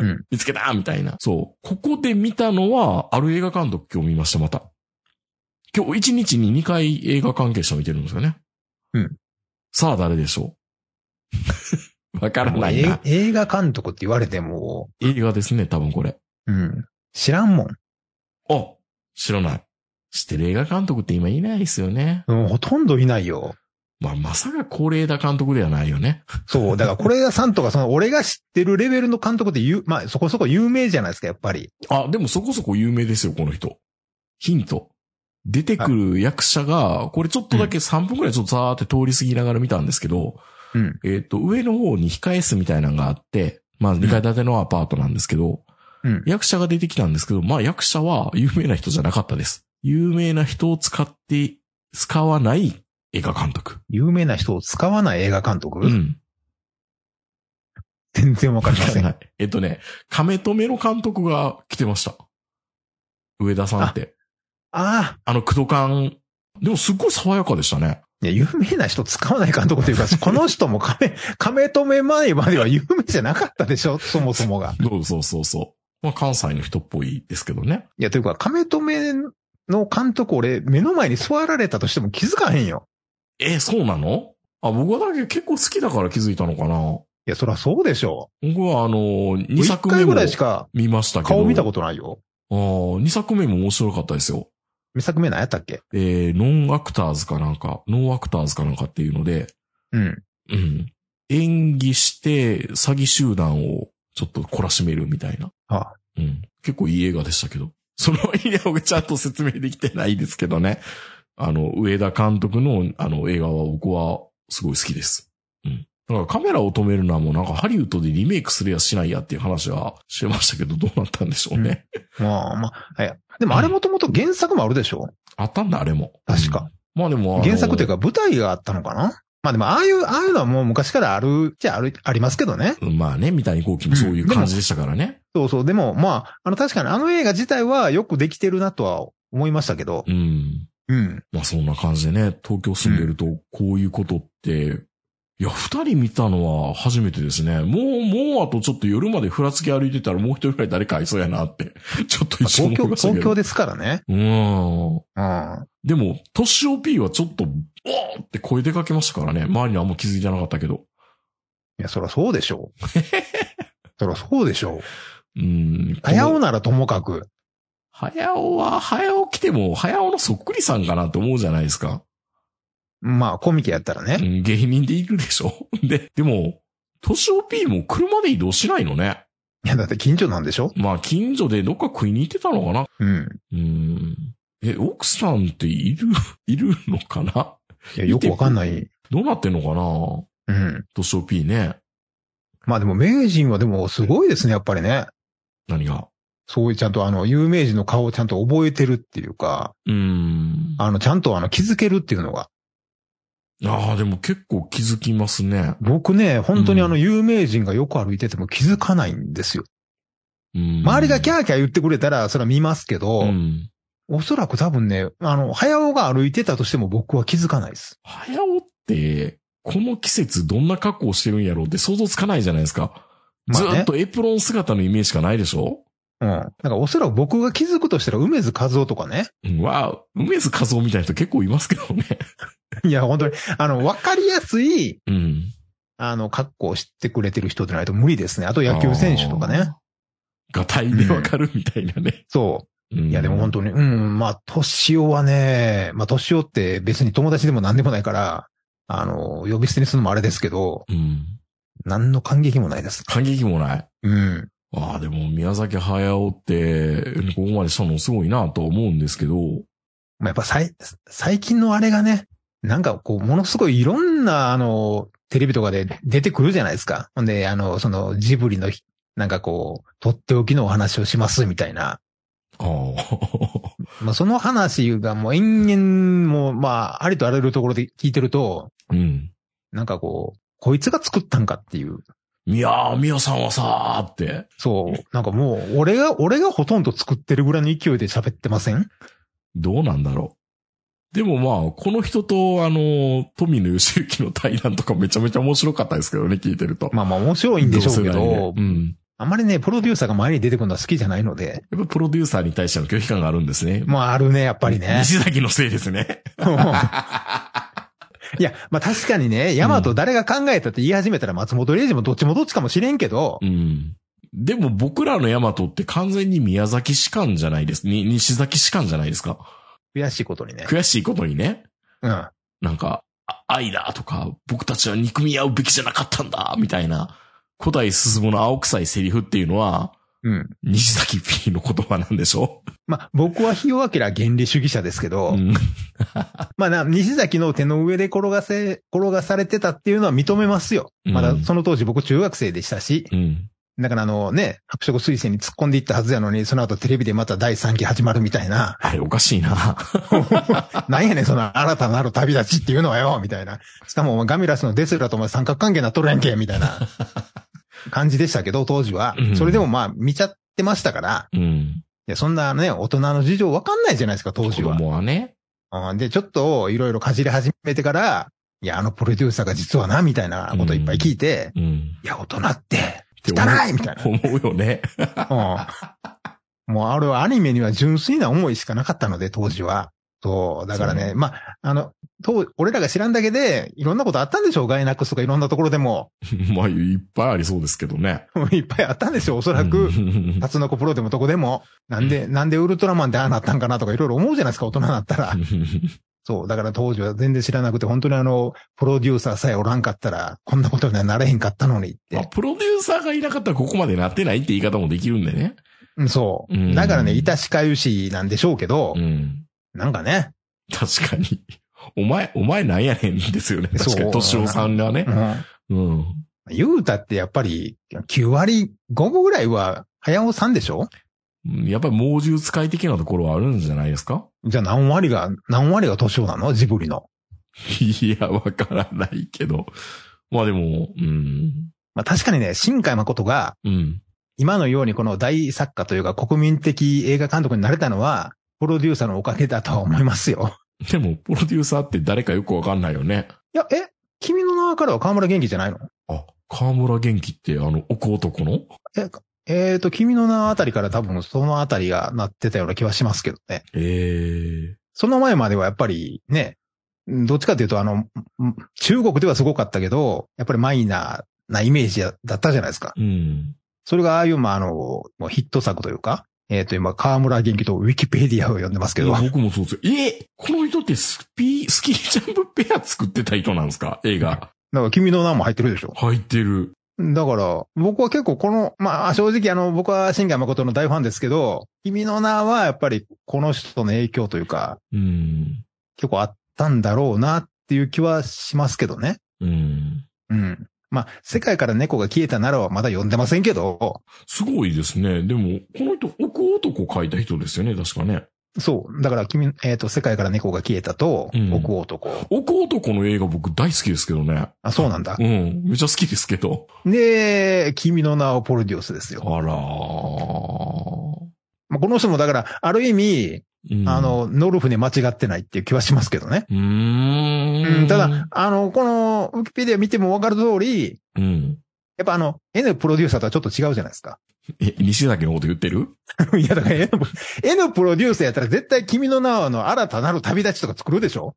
C: うん
B: (laughs) 見つけたーみたいな。そう。ここで見たのは、ある映画監督今日見ました、また。今日一日に2回映画関係者見てるんですよね。
C: うん。
B: さあ誰でしょう (laughs) わからないな。
C: え映画監督って言われても、
B: 映画ですね、多分これ。
C: うん。知らんもん。
B: あ知らない。知ってる映画監督って今いないですよね。
C: うん、ほとんどいないよ。
B: まあ、まさか高齢田監督ではないよね。
C: そう。だから、これがさんとか、その、俺が知ってるレベルの監督って言う、 (laughs) まあ、そこそこ有名じゃないですか、やっぱり。
B: あ、でもそこそこ有名ですよ、この人。ヒント。出てくる役者が、これちょっとだけ3分くらいちょっとざーって通り過ぎながら見たんですけど、
C: うん。
B: えっ、と、上の方に控え室みたいなのがあって、まあ2階建てのアパートなんですけど、
C: うん。
B: 役者が出てきたんですけど、まあ役者は有名な人じゃなかったです。有名な人を使って、使わない映画監督。
C: 有名な人を使わない映画監督、
B: うん。
C: 全然わかりませ
B: (laughs)
C: ん。
B: はいえっとね、亀止めの監督が来てました。上田さんって。
C: ああ、
B: あの、クドカン。でもすっごい爽やかでしたね。
C: いや、有名な人使わない監督というか、この人も亀、亀止め前までは有名じゃなかったでしょそもそもが。
B: そうそうそうそう。まあ、関西の人っぽいですけどね。
C: いや、というか、亀止めの監督、俺、目の前に座られたとしても気づかへんよ。
B: えーそうなのあ、僕はだけど結構好きだから気づいたのかな。
C: いや、そりゃそうでしょ
B: 僕はあのー、
C: う。
B: 2
C: 1
B: 作目
C: 回ぐ
B: も
C: らいしか
B: 見ましたけど。
C: 顔見た
B: と。
C: ことないよ。
B: あ2作目も面白かったですよ。
C: 2作目何やったっけ
B: えーノンアクターズかなんか、ノンアクターズかなんかっていうので、
C: うん。
B: うん。演技して、詐欺集団をちょっと懲らしめるみたいな。
C: ああ
B: うん。結構いい映画でしたけど。 (laughs) その意味は僕ちゃんと説明できてないですけどね。あの、上田監督のあの映画は僕はすごい好きです。うん。だからカメラを止めるのはもうなんかハリウッドでリメイクするやしないやっていう話はしてましたけど、どうなったんでしょうね。
C: まあまあ、はい。でもあれもともと原作もあるでしょ
B: あったんだ、あれも。
C: 確か
B: うん。まあでもあの、
C: 原作というか舞台があったのかなまあでも、ああいう、ああいうのはもう昔からある、じゃある、ありますけどね。
B: うん。まあね、三谷幸喜もそういう感じでしたからね。
C: そうそう。でも、まあ、あの、確かにあの映画自体はよくできてるなとは思いましたけど。
B: うん。
C: うん。
B: まあそんな感じでね、東京住んでるとこういうことって、いや、二人見たのは初めてですね。もう、もうあとちょっと夜までふらつき歩いてたらもう一人ぐらい誰かいそうやなって、 (laughs) ちょっと
C: まあ
B: 一瞬
C: 東京、
B: 思いましたけ
C: 東京
B: ど。
C: ですからね。
B: うん。
C: うん。
B: でも、トシオ P はちょっと、おーって声出かけましたからね。周りにはあんま気づいてなかったけど。
C: いや、そらそうでしょう。
B: (laughs)
C: そらそうでしょう。
B: うん。
C: 早尾
B: この
C: ならともかく。
B: 早尾は、早尾来ても、早尾のそっくりさんかなって思うじゃないですか。
C: まあ、コミケやったら
B: う
C: ね。
B: ん、芸人でいるでしょ。 (laughs) で、でも、トシオ P も車で移動しないのね。
C: いや、だって近所なんでしょ
B: まあ、近所でどっか食いに行ってたのかな
C: うん。
B: うーん。え、奥さんっている、 (laughs) いるのかない
C: や、よくわかんない。
B: どうなってんのかな
C: うん。
B: ドショー P ね。
C: まあでも、名人はでもすごいですね、やっぱりね。
B: 何が。
C: そういうちゃんとあの、有名人の顔をちゃんと覚えてるっていうか、
B: うーん。あ
C: あの、ちゃんとあの、気づけるっていうのが。
B: あー、でも結構気づきますね。
C: 僕ね、本当にあの、有名人がよく歩いてても気づかないんですよ。
B: うん。
C: 周りがキ
B: ャ
C: ャーキャー言ってくれたら、それは見ますけど、
B: うん。
C: おそらく多分ね、あの、早尾が歩いてたとしても僕は気づかないです。
B: 早尾って、この季節どんな格好してるんやろうって想像つかないじゃないですか。
C: まあね
B: ずっとエプロン姿のイメージしかないでしょ
C: うん。だからおそらく僕が気づくとしたら、梅津和夫とかね。 (laughs)
B: うんわあ、梅津和夫みたいな人結構いますけどね。
C: いや、本当に、あの、わかりやすい、
B: うん。
C: あの、格好を知ってくれてる人でないと無理ですね。あと野球選手とかね。
B: あー。が体でわかるみたいなね。
C: そ。
B: いう
C: いや、でも本当に、うん、まあ、年をはね、まあ、年をって別に友達でも何でもないから、あの、呼び捨てにするのもあれですけど、
B: うん。
C: 何の感激もないです。
B: 感激もない。
C: うん。
B: ああ、でも宮崎駿って、ここまでしたのすごいなとは思うんですけど、
C: まあ、やっぱさい最近のあれがね、なんかこう、ものすごいいろんな、あの、テレビとかで出てくるじゃないですか。ほんで、あの、その、ジブリのひ、なんかこう、とっておきのお話をします、みたいな。
B: ああ、
C: まあ、その話がもう延々、もう、まあ、ありとあらゆるところで聞いてると、
B: (laughs) うん。
C: なんかこう、こいつが作ったんかっていう。
B: 宮、宮さんはさーって。
C: そう。なんかもう、俺が、俺がほとんど作ってるぐらいの勢いで喋ってません
B: どうなんだろでもまあ、この人と、あの、富野義行の対談とかめちゃめちゃ面白かったですけどね、聞いてると。
C: まあまあ面白いんでしょうけ
B: 同世代で
C: ど、
B: うん。
C: あんまりね、プロデューサーが前に出てくるのは好きじゃないので、
B: やっぱプロデューサーに対しての拒否感があるんですね。やっ
C: まああるね、やっぱりね。
B: 西崎のせいですね。
C: (laughs) いや、まあ確かにね、ヤマト誰が考えたって言い始めたら松本零士もどっちもどっちかもしれんけど
B: う、ん。でも僕らのヤマトって完全に宮崎士官じゃないです。に、西崎士官じゃないですか。
C: 悔しいことにね。
B: 悔しいことにね、
C: うん。
B: なんか、あ愛だとか、僕たちは憎み合うべきじゃなかったんだ、みたいな、古代進むの青臭いセリフっていうのは、
C: うん。
B: 西崎 P の言葉なんでしょ
C: まあ僕はひよあきら原理主義者ですけど、
B: うん。
C: まあな、西崎の手の上で転がせ、転がされてたっていうのは認めますよ。
B: うん
C: まだその当時僕中学生でしたし、
B: うん。
C: だからあのね、白色彗星に突っ込んでいったはずやのに、その後テレビでまた第3期始まるみたいな、 (laughs)
B: あれおかしいな。
C: なんやねんその新たなる旅立ちっていうのはよ、みたいな。しかもお前ガミラスのデスラとお前三角関係なっとるやんけ、みた
B: (laughs)
C: いな感じでしたけど、当時は
B: うん。
C: それでもまあ見ちゃってましたから、
B: うん。
C: いやそんなね、大人の事情わかんないじゃないですか、当
B: 子
C: 時は。
B: 供はね。
C: うんで、ちょっといろいろかじり始めてから、いや、あのプロデューサーが実はな、みたいなこといっぱい聞いて、
B: うん。
C: いや、大人って、
B: って思う
C: 汚いみたいな。
B: 思うよね。 (laughs)
C: うんもうあれはアニメには純粋な思いしかなかったので、当時は。そう。だから
B: そう
C: ね、まあ、あの、当俺らが知らんだけで、いろんなことあったんでしょうガイナックスとかいろんなところでも。 (laughs)
B: まあ、いっぱいありそうですけどね。
C: いっぱいあったんでしょうおそら
B: う
C: く。 (laughs)
B: ん
C: タツノコプロでもどこでも。なんで、なんでウルトラマンでああなったんかなとかいろいろ思うじゃないですか、大人になったら。そう。だから当時は全然知らなくて、本当にあの、プロデューサーさえおらんかったら、こんなことにはなれへんかったのにっ
B: まあ、
C: て。
B: プロデューサーがいなかったらここまでなってないって言い方もできるんでね。
C: うんそうう。
B: ん
C: だからね、いたしかゆしなんでしょうけど
B: う、ん。
C: なんかね、
B: 確かに。お前、お前なんやねんですよね。
C: そう
B: 確かに、敏夫さんがね
C: う。ん、
B: うん。
C: 言うたってやっぱり9割5分ぐらいは早尾さんでしょ
B: やっぱり猛獣使い的なところはあるんじゃないですか (laughs)
C: じゃあ何割が、何割が年をなのジブリの。
B: いや、わからないけど。まあでも、うん。
C: まあ確かにね、新海誠が
B: うん。
C: 今のようにこの大作家というか国民的映画監督になれたのは、プロデューサーのおかげだとは思いますよ。
B: でも、プロデューサーって誰かよくわかんないよね。
C: いや、え君の名はからは河村元気じゃないの
B: あ、河村元気って、あの、奥男の
C: え、えーと、君の名はあたりから多分そのあたりがなってたような気はしますけどね。
B: ええ
C: その前まではやっぱりね、うんどっちかというとあの、うん中国ではすごかったけど、やっぱりマイナーなイメージだったじゃないですか。
B: うん。
C: それがああいう、まあ、あの、もうヒット作というか、えっ、と、今、河村元気とウィキペディアを読んでますけど、
B: いや僕もそうですよ。えこの人ってスピー、スキージャンプペア作ってた人なんですか映画。
C: だから君の名も入ってるでしょ。
B: 入ってる。
C: だから、僕は結構この、まあ、正直あの、僕は新海誠の大ファンですけど、君の名はやっぱりこの人の影響というか、
B: うん。
C: 結構あったんだろうなっていう気はしますけどね。
B: うん。
C: うん。まあ、世界から猫が消えたならはまだ読んでませんけど、
B: すごいですね。でも、この人、奥男書いた人ですよね、確かね。
C: そう。だから君、えっ、と、世界から猫が消えたと、
B: うん
C: 奥男。
B: 奥男の映画僕大好きですけどね。
C: あ、そうなんだ
B: う。ん。めちゃ好きですけど。
C: で、君の名をプロデュースですよ。
B: あらー。
C: まあ、この人もだから、ある意味、
B: うん
C: あ、の、ノルフに間違ってないっていう気はしますけどね。
B: うー。
C: うんん、ただ、、あの、この、ウィキペディア見てもわかる通り、
B: うん。
C: やっぱあの、N プロデューサーとはちょっと違うじゃないですか。 (laughs)
B: え、西崎のこと言ってる
C: いや、だから N プ N プロデューサーやったら絶対君の名はの新たなる旅立ちとか作るでしょ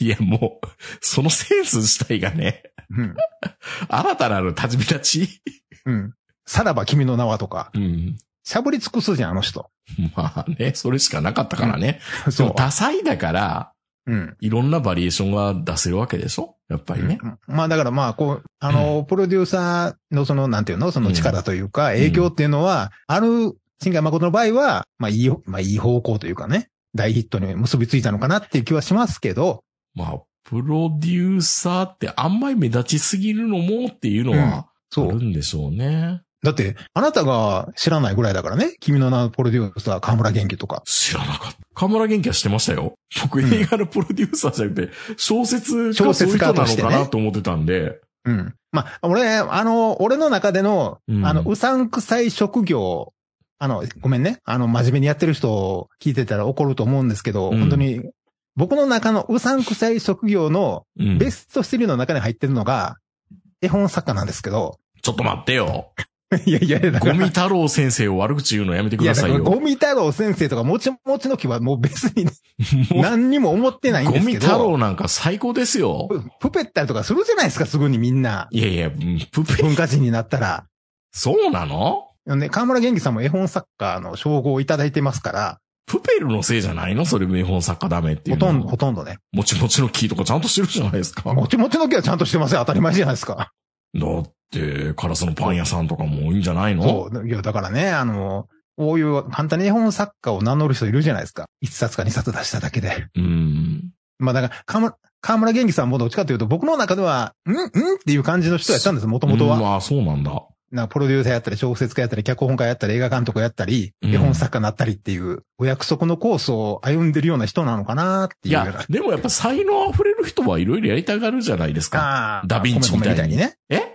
B: いや、もう、そのセンス自体がね、
C: うん。
B: 新たなる立ち立ち。
C: うん。さらば君の名はとか、
B: うん。
C: しゃぶり尽くすじゃん、あの人。
B: (laughs) まあね、それしかなかったからね。で
C: (laughs) そ
B: も多彩だから、
C: う。うん。
B: いろんなバリエーションが出せるわけでしょやっぱりね。
C: まあだからまあ、こう、あの、プロデューサーのその、なんていうのその力というか、影響っていうのは、ある、新海誠の場合は、まあいい、まあいい方向というかね、大ヒットに結びついたのかなっていう気はしますけど、
B: まあ、プロデューサーってあんまり目立ちすぎるのもっていうのは、あ
C: そ
B: る
C: う。
B: んでしょうね。
C: だって、あなたが知らないぐらいだからね、君の名のプロデューサー、河村元気とか。
B: 知らなかった。河村元気はしてましたよ。僕
C: うん
B: 映画のプロデューサーじゃなくて、小説家
C: 小説家として
B: そういう人なの
C: ね
B: かなと思ってたんで。
C: うん。まあ、俺、あの、俺の中での、
B: うん
C: あの、うさんくさい職業、あの、ごめんね、あの、真面目にやってる人を聞いてたら怒ると思うんですけど、
B: うん
C: 本当に、僕の中のうさんくさい職業の
B: うん。
C: ベストシリーズの中に入ってるのが、絵本作家なんですけど、 (laughs)
B: ちょっと待ってよ。
C: いやいや、だか
B: ゴ
C: ら
B: ミ太郎先生を悪口言うのやめてく
C: いや、
B: ださ
C: だ
B: い
C: か
B: よ。
C: ら
B: も
C: ゴミ太郎先生とかもちもちの木はもう別に
B: う
C: 何にも思ってないんで
B: ゴ
C: す
B: ミ
C: けど。
B: 太郎なんか最高ですよ。
C: プペったりとかするじゃないですか、すぐにみんな。
B: いやいや、うんプペ、
C: 文化人になったら。
B: そうなの
C: ね、河村元気さんも絵本作家の称号をいただいてますから、
B: プペルのせいじゃないのそれ名本作家ダメってい
C: ほ
B: うのは
C: とんど、ほとんどね。
B: もちもちの木とかちゃんとしてるじゃないですか。
C: もちもちの木はちゃんとしてません。当たり前じゃないですか。
B: だって、カラスのパン屋さんとかもいいんじゃないの
C: そう。いや、だからね、あの、こういう簡単に絵本作家を名乗る人いるじゃないですか。一冊か二冊出しただけで。
B: うん。
C: まあだから、河村、河村元気さんもどっちかというと、僕の中では、んんっていう感じの人やったんです、もともとは
B: うん。まあ、そうなんだ。
C: なんかプロデューサーやったり、小説家やったり、脚本家やったり、映画監督やったり、
B: うん
C: 絵本作家になったりっていう、お約束のコースを歩んでるような人なのかなっ
B: い
C: ていうような。
B: や、でもやっぱ才能溢れる人はいろいろやりたがるじゃないですか。
C: ああ
B: ダヴィンチみたいに
C: 米米ね。
B: え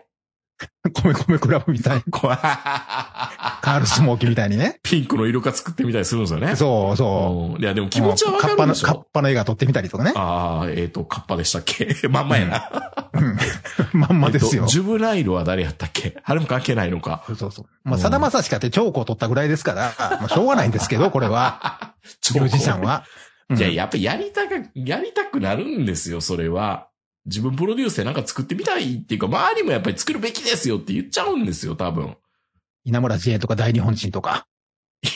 C: (laughs) 米米クラブみたいに。
B: こ
C: カールスモーキーみたいにね。
B: (laughs) ピンクの色化作ってみたりするんですよね。
C: そうそう。
B: うん。いや、でも気持ちはわか
C: カッパ
B: る
C: の、
B: でし
C: カッ
B: ょ。
C: パの映画撮ってみたりとかね。
B: ああ、えっ、と、カッパでしたっけまんまやな。
C: うん (laughs) まんまです
B: え
C: よ
B: っと。ジュブナイルは誰やったっけあれも関係ないの
C: (laughs)
B: か。
C: そうそうそう。まあ、さだまさしかって超高を取ったぐらいですから、まあ、しょうがないんですけど、こ
B: (laughs)
C: れは。
B: 超
C: ミュージシャンは。うん
B: いや、やっぱやりたく、やりたくなるんですよ、それは。自分プロデュースでなんか作ってみたいっていうか、周りもやっぱり作るべきですよって言っちゃうんですよ、多分。 (laughs)
C: 稲村知恵とか大日本人とか。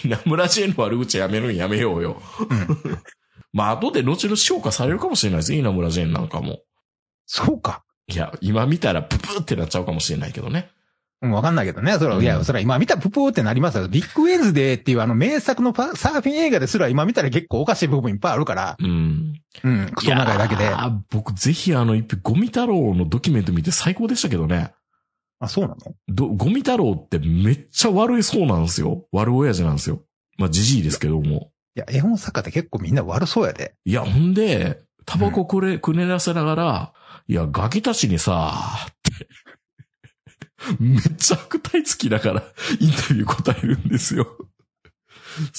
B: 稲村知恵の悪口やめるんやめようよ。
C: うん。
B: (laughs) まあ、後で後々評価されるかもしれないです、稲村知恵なんかも。
C: そうか。
B: いや、今見たらププってなっちゃうかもしれないけどね。
C: うん、わかんないけどね。それ
B: う
C: は、
B: ん
C: いや、それは今見たらププーってなりますよ。ビッグウェンズデーっていうあの名作のパサーフィン映画ですら今見たら結構おかしい部分いっぱいあるから。
B: うん。
C: うん、クソ長いだけで。
B: やー僕、ぜひあの、一品、ゴミ太郎のドキュメント見て最高でしたけどね。
C: あ、そうなの
B: ど、ゴミ太郎ってめっちゃ悪いそうなんですよ。悪親父なんですよ。まあ、じじいですけども。
C: いや、絵本作家って結構みんな悪そうやで。
B: いや、ほんで、タバコくれ、くねらせながら、いや、ガキたちにさ、って、めっちゃ悪態つきながら、インタビュー答えるんですよ。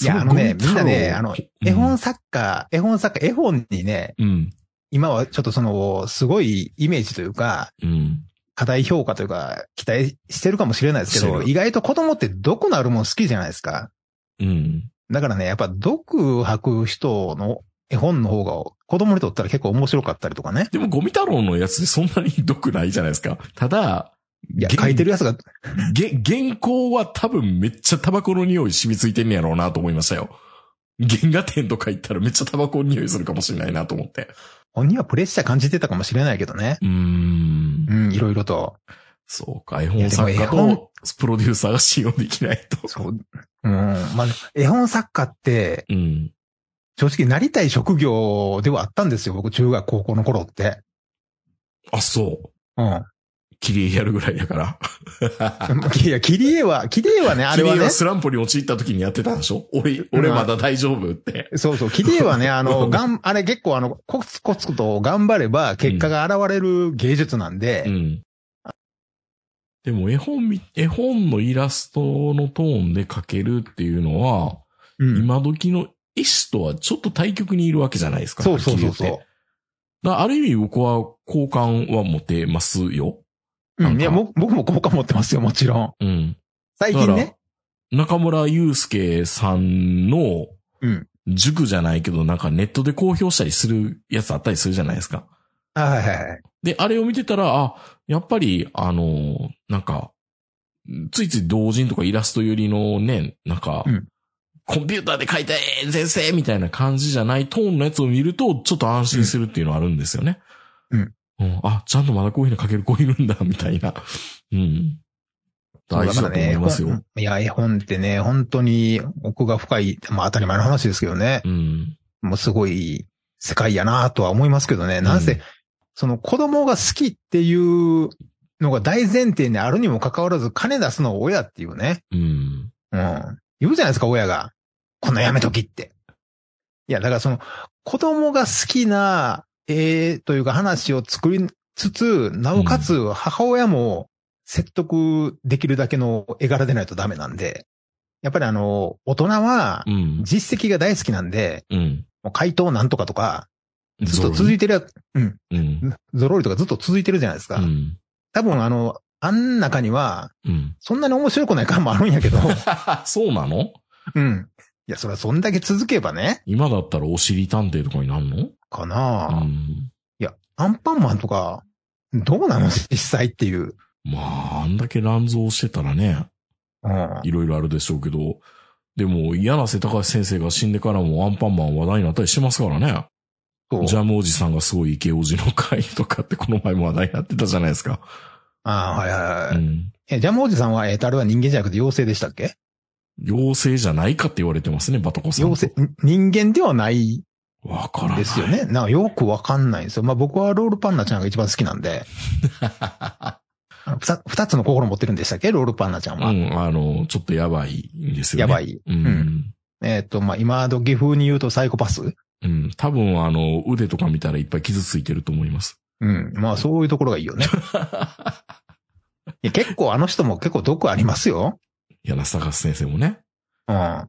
C: いや、あのね、
B: そ
C: みんなね、あ
B: ゴ
C: の、
B: ミ
C: 絵
B: 太郎
C: 本作家、絵本作家、絵本にね、
B: うん、
C: 今はちょっとその、すごいイメージというか、
B: うん、
C: 過大評価というか、期待してるかもしれないですけ
B: して
C: ど、
B: る
C: 意外と子供って毒のあるもん好きじゃないですか。
B: うん。
C: だからね、やっぱ毒吐く人の絵本の方が子供にとったら結構面白かったりとかね。
B: でも、ゴミ太郎のやつでそんなに毒ないじゃないですか。ただ、
C: いや、
B: げん
C: 書いてるやつが、
B: げ、原稿は多分めっちゃタバコの匂い染みついてんねやろうなと思いましたよ。原画展とか行ったらめっちゃタバコの匂いするかもしれないなと思って。
C: 本人はプレッシャー感じてたかもしれないけどね。
B: うーん
C: う。ん、いろいろと。
B: そうか、絵本作家とプロデューサーが信用できないと。
C: そう。うん。まあ、絵本作家って、
B: うん。
C: 正直なりたい職業ではあったんですよ。僕、中学、高校の頃って。
B: あ、そう。
C: うん。
B: 切り絵やるぐらいだから。
C: (laughs) いや、切り絵は、切り絵はね、あれは
B: 切り絵
C: ね
B: は。スランプに陥った時にやってたんでしょ俺、俺まだ大丈夫って。
C: そうそう、切り絵はね、あ
B: (laughs)
C: の、がん、あれ結構あの、コツコツと頑張れば結果が現れる芸術なんで、
B: うん。でも絵本み、絵本のイラストのトーンで描けるっていうのは、
C: うん
B: 今時の絵師とはちょっと対極にいるわけじゃないですか。
C: そうそうそう
B: 切り絵っ
C: そ
B: てだからある意味僕は好感は持てますよ。
C: う。う
B: なん
C: ん、
B: か
C: いや、僕僕も効果持ってますよ、もちろん。
B: うん。
C: 最
B: だか
C: 近
B: ら
C: ね。、
B: 中村祐介さんの
C: うん。
B: 塾じゃないけど、なんかネットで公表したりするやつあったりするじゃないですか。
C: あはいはいはい。
B: で、あれを見てたら、あ、やっぱり、あの、なんか、ついつい同人とかイラスト寄りのね、なんか、
C: うん
B: コンピューターで書いて、先生みたいな感じじゃないトーンのやつを見ると、ちょっと安心するっていうのはあるんですよね。
C: うん
B: うんあ、ちゃんとまだこういうの書ける子いるんだ、みたいな。うん。大事だと思いますよ。
C: そうだからね絵本いや、絵本ってね、本当に奥が深い、まあ当たり前の話ですけどね。
B: うん。
C: もうすごい世界やなとは思いますけどね。なんせ、
B: うん
C: その子供が好きっていうのが大前提にあるにもかかわらず金出すのは親っていうね。
B: うん。
C: うん。言うじゃないですか、親が。こんなやめときって。いや、だからその、子供が好きな絵というか話を作りつつ、なおかつ母親も説得できるだけの絵柄でないとダメなんで、やっぱりあの、大人は
B: うん。
C: 実績が大好きなんで、
B: うん。
C: もう回答なんとかとか、ずっと続いてるや、うん、
B: うん。
C: ゾロリとかずっと続いてるじゃないですか。
B: うん。
C: 多分あの、あん中には、
B: うん。
C: そんなに面白くない感もあるん
B: (laughs)
C: やけど、
B: そうなの
C: うん。いや、それはそんだけ続けばね、
B: 今だったらお尻探偵とかになるの
C: かなあ、
B: うん。
C: アンパンマンとか、どうなの実際っていう。
B: まあ、あんだけ乱造してたらね、
C: うん。
B: いろいろあるでしょうけど、でも、柳瀬隆先生が死んでからもアンパンマン話題になったりしてますからね。
C: そう
B: ジャムおじさんがすごいイケおじの会とかってこの前も話題になってたじゃないですか。
C: ああ、はいはいは
B: う
C: い。
B: ん。
C: え、ジャムおじさんは、えっ、と、あれは人間じゃなくて妖精でしたっけ
B: 妖精じゃないかって言われてますね、バトコさんと。
C: 妖精、ん人間ではない
B: わからない。
C: ですよ。ね。 (laughs) なんかよくわかんないんですよ。まあ僕はロールパンナちゃんが一番好きなん (laughs) で、あのふた二つの心持ってるんでしたっけロールパンナちゃん
B: う
C: は。
B: ん、あの、ちょっとやばいんですよ
C: や
B: ね。
C: ば
B: い。
C: い。
B: うん。
C: えっ、と、まあ今時風に言うとサイコパス
B: うん。多分、あの、腕とか見たらいっぱい傷ついてると思います。
C: うん。まあそういうところがいいよね。いや結構あの人も結構毒ありますよ。
B: 柳瀬隆先生もね。
C: うん。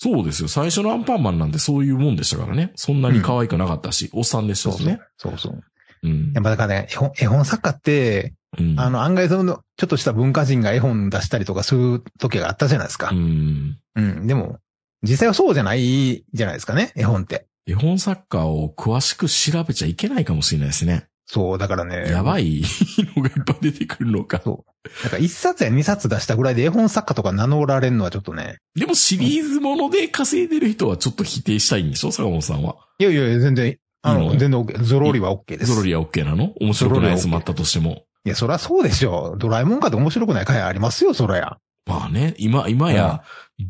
B: そうですよ。最初のアンパンマンなんてそういうもんでしたからね。そんなに可愛くなかったし、おっさんでした
C: そう
B: し
C: そう
B: ね。。
C: そうそう。
B: うん
C: やっ。ぱだからね、絵本絵本作家って、
B: うん
C: あの、案外その、ちょっとした文化人が絵本出したりとかする時があったじゃないですか
B: う。ん。
C: うん。でも、実際はそうじゃないじゃないですかね、絵本って。
B: 絵本作家を詳しく調べちゃいけないかもしれないですね。
C: そう、だからね。
B: やば
C: い。
B: いのがいっぱい出てくるのか。
C: なんか一冊や二冊出したぐらいで絵本作家とか名乗られるのはちょっとね。
B: でもシリーズもので稼いでる人はちょっと否定したいんでしょ坂本さんは。
C: いやいや、全然、あ
B: いい
C: の、
B: の
C: 全然 OK。ゾロリは OK で
B: ゾ
C: す。
B: ロリは OK なの面白くないやつもあったとしても。
C: いや、そりゃそうでしょう。ドラえもんかと面白くない回ありますよ、そりゃ。
B: まあね、今、今や、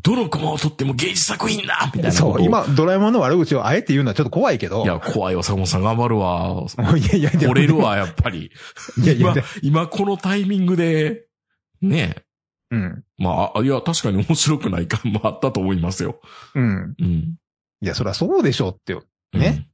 B: どのコマを取っても芸術作品だみたいなことを。
C: そう、今、ドラえもんの悪口をあえて言うのはちょっと怖いけど。
B: いや、怖いわ、坂本さん頑張るわ。
C: いやいや、でも
B: 折れる。わ、やっぱり。
C: いやいや、
B: 今
C: で、
B: 今このタイミングで、ねえ。
C: うん。
B: まあ、あいや、確かに面白くない感 (laughs) もあったと思いますよ。
C: うん。
B: うん。
C: いや、そりゃそうでしょうって。
B: うん
C: ね。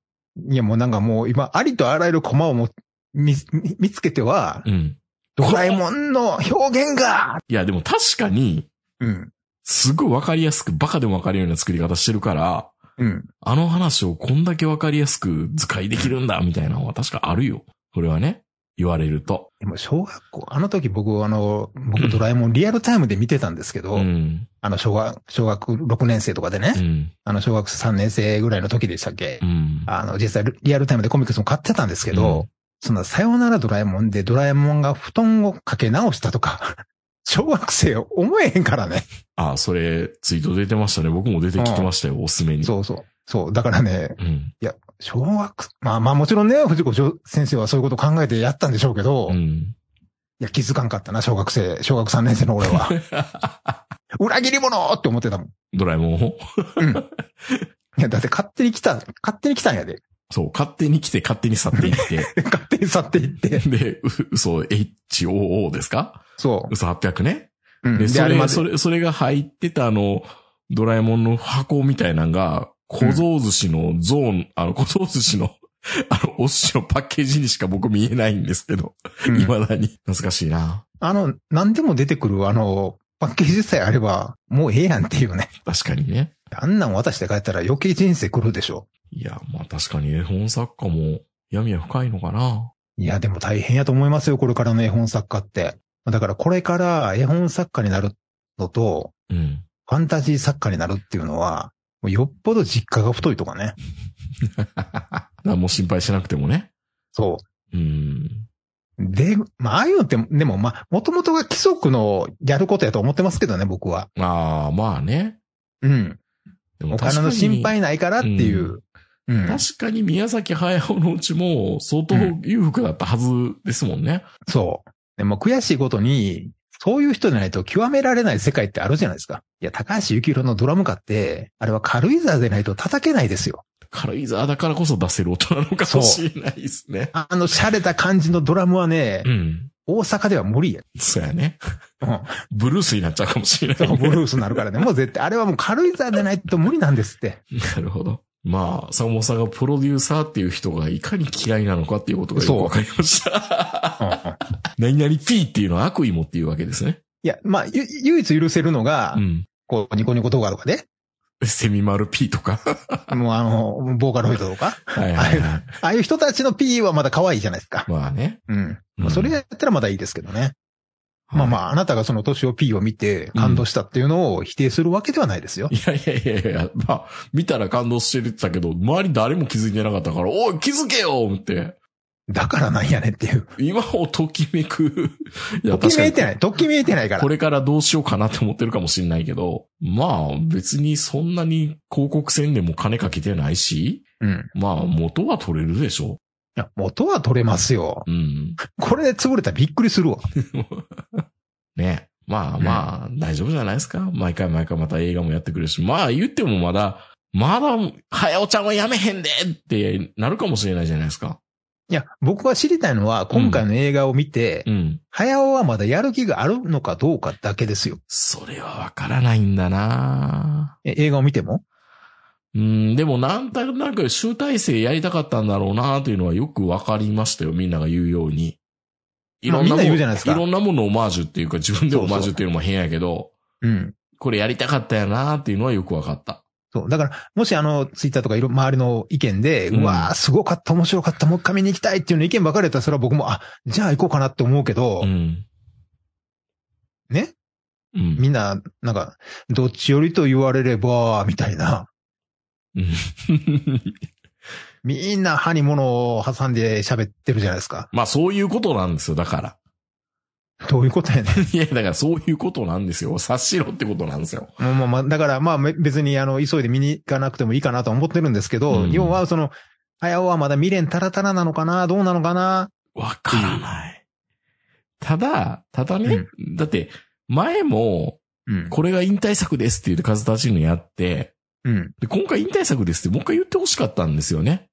C: いや、もうなんかもう今、ありとあらゆるコマをもう見、見見つけては、
B: うん。
C: ドラえもんの表現が
B: いや、でも確かに、
C: うん。
B: すごいわかりやすく、バカでもわかるような作り方してるから、
C: うん。
B: あの話をこんだけわかりやすく図解できるんだ、みたいなのは確かあるよ。これはね、言われると。
C: でも小学校、あの時僕、あの、僕ドラえもんリアルタイムで見てたんですけど、
B: うん。
C: あの、小学、小学6年生とかでね、
B: うん。
C: あの、小学3年生ぐらいの時でしたっけ、
B: うん。
C: あの、実際リアルタイムでコミックスも買ってたんですけど、
B: うん
C: その、さよならドラえもんでドラえもんが布団をかけ直したとか、 (laughs) 小学生思えへんからね。
B: あ、それ、ツイート出てましたね。僕も出てきてましたよ、おすすめに。
C: そうそう。そう。だからね、
B: うん。
C: いや、小学、まあまあもちろんね、藤子先生はそういうことを考えてやったんでしょうけど、
B: う
C: い
B: ん。
C: や、気づかんかったな、小学生、小学3年生の
B: (laughs)
C: 俺は。裏切り者って思ってたもん。
B: ドラえもんを。
C: いや、だって勝手に来た、勝手に来たんやで。
B: (laughs) そう、勝手に来て、勝手に去っていっ
C: 勝手に去っていって。
B: て。 (laughs) で、う嘘、HOO ですか
C: そ
B: 嘘800ね。
C: う。うん、
B: で、そ
C: あ
B: れ、
C: まで
B: それ、それが入ってたあの、ドラえもんの箱みたいなのが、小僧寿司のゾーン、あの、小僧寿司の、 (laughs) あの、お寿司のパッケージにしか僕見えないんですけど、
C: うん
B: 未だに。懐かしいな。
C: あの、何でも出てくる、あの、パッケージさえあれば、もうええやんっていうね。
B: 確かにね。
C: あんなん渡して帰ったら余計人生来るでしょ。
B: いや、まあ確かに絵本作家も闇は深いのかな。
C: いや、でも大変やと思いますよ、これからの絵本作家って。だからこれから絵本作家になるのと、
B: (laughs) うん。
C: ファンタジー作家になるっていうのは、もうよっぽど実家が太いとかね。
B: 何も心配しなくてもね。
C: そ
B: うん。
C: う。で、まあ、ああいうのって、でもまあ、もともとが規則のやることやと思ってますけどね、僕は。
B: ああ、まあね。
C: うん。
B: で
C: お
B: も
C: 金の心配ないからっていう。うん。
B: 確かに宮崎駿のうちも相当裕福だったはずですもんね。
C: そう。でも悔しいことに、そういう人じゃないと極められない世界ってあるじゃないですか。いや、高橋幸宏のドラム化って、あれは軽井沢でないと叩けないですよ。
B: 軽井沢だからこそ出せる音なのかもしれないですね。
C: あの、洒落た感じのドラムはね、
B: うん。
C: 大阪では無理
B: (laughs)
C: や。
B: そうやね。
C: うん
B: ブルースになっちゃうかもしれな
C: そ
B: い、
C: う、
B: ね。
C: ブルースになるからね。もう絶対、あれはもう軽井沢でないと無理なんで
B: (laughs)
C: すって。
B: なるほど。まあ、坂本さんがプロデューサーっていう人がいかに嫌いなのかっていうことがよくわかりました。 (laughs)
C: うんうん
B: 何々 P っていうのは悪意もっていうわけですね。
C: いや、まあ、ゆ唯一許せるのが、
B: うん。
C: こう、ニコニコ動画とかで、
B: セミマル P と
C: (laughs)
B: か。
C: もうあの、ボーカロイドと
B: (laughs)
C: か、
B: はいはいはい。
C: ああいう人たちの P はまだ可愛いじゃないですか。
B: まあね。
C: うん。
B: うん
C: それやったらまだいいですけどね。まあま
B: あ。
C: あ、あなたがその年を P を見て感動したっていうのを否定するわけではないですよ。
B: いやいやいやいや、まあ、見たら感動してるって言ってたけど、周り誰も気づいてなかったから、おい、気づけよって。
C: だからなんやねんっていう。
B: 今をときめく。いや、
C: ときめい
B: 確か
C: てない。ときめいてないか
B: に
C: ら。
B: これからどうしようかなって思ってるかもしんないけど、まあ、別にそんなに広告宣伝も金かけてないし、
C: うん。
B: まあ、元は取れるでしょ。
C: いや、元は取れますよ。
B: うん。
C: これで潰れたらびっくりするわ。
B: ね。まあまあ、大丈夫じゃないですか。毎回毎回また映画もやってくるし、まあ言ってもまだ、まだ、早尾ちゃんはやめへんでってなるかもしれないじゃないですか。
C: いや、僕が知りたいのは、今回の映画を見て、
B: うん。
C: 早尾はまだやる気があるのかどうかだけですよ。
B: それはわからないんだな
C: え映画を見ても
B: うん、でもなんとなく集大成やりたかったんだろうなというのはよくわかりましたよ。みんなが言うように。いろんなも
C: まあみんな言うじゃないですか
B: ろんなものをオマージュっていうか、自分でオマージュっていうのも変やけど、
C: うん。
B: これやりたかったやなっていうのはよくわかった。
C: そう。だから、もしあの、ツイッターとかいろ、周りの意見で、
B: うん
C: うわー、すごかった、面白かった、もう一回見に行きたいっていうの意見ばかりだったら、それは僕も、あ、じゃあ行こうかなって思うけど、
B: うん。
C: ね
B: うん。
C: みんな、なんか、どっちよりと言われれば、みたいな。みんな歯に物を挟んで喋ってるじゃないですか。
B: (laughs) まあそういうことなんですよ、だから。
C: どういうことやね
B: いや、だからそういうことなんですよ。察しろってことなんですよ。
C: ん。もうまあまあ、だからまあめ別にあの、急いで見に行かなくてもいいかなとは思ってるんですけど、
B: うん
C: 要はその、早尾はまだ未練たらたらなのかなどうなのかな
B: わからない。ただ、ただね、だって、前も、
C: うん。
B: これが引退作ですって言ってカズタチーノやって、
C: うん。
B: で、今回引退作ですってもう一回言ってほしかったんですよね。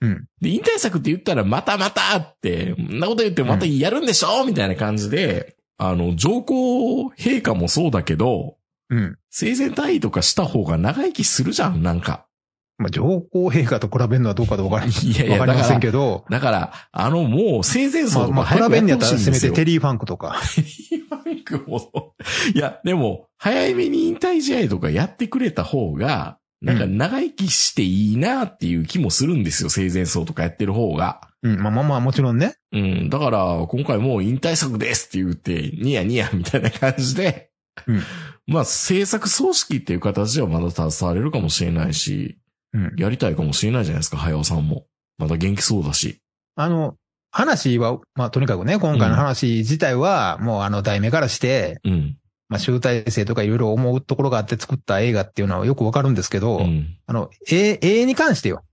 C: うん。
B: で、引退作って言ったらまたまたって、んなこと言ってまたやるんでしょ、みたいな感じで、あの、上皇陛下もそうだけど、
C: うん。
B: 生前退位とかした方が長生きするじゃん、なんか。
C: まあ、上皇陛下と比べるのはどう (laughs) かとわからない。
B: いやい
C: わ
B: や、
C: か
B: だ
C: りませ
B: か
C: ん
B: ら、
C: けど、
B: だから、あの、もう生前
C: ま
B: 葬
C: あ、
B: と
C: ま
B: か
C: あ、比
B: 早く
C: べ
B: や
C: ん
B: っ
C: の
B: て
C: やっ
B: ほ
C: た
B: しいん
C: らせ
B: で
C: め
B: す
C: て
B: よ。
C: テリーファンクとか。
B: ファンクも、いや、でも、早めに引退試合とかやってくれた方が、なんか
C: う
B: 長生きしていいなっていう気もするんですよ、生前葬とかやってる方が。
C: うん、まあまあまあ、もちろんね。
B: うん、だから、今回もう引退作ですって言って、ニヤニヤみたいな感じで、
C: うん
B: まあ、制作葬式っていう形ではまだ携われるかもしれないし、
C: うん。
B: やりたいかもしれないじゃないですか、早尾さんも。まだ元気そうだし。
C: あの、話は、まあ、とにかくね、今回の話自体は、もうあの、題名からして、
B: うん。
C: まあ、集大成とかいろいろ思うところがあって作った映画っていうのはよくわかるんですけど、
B: うん。
C: あの、え映画に関してよ、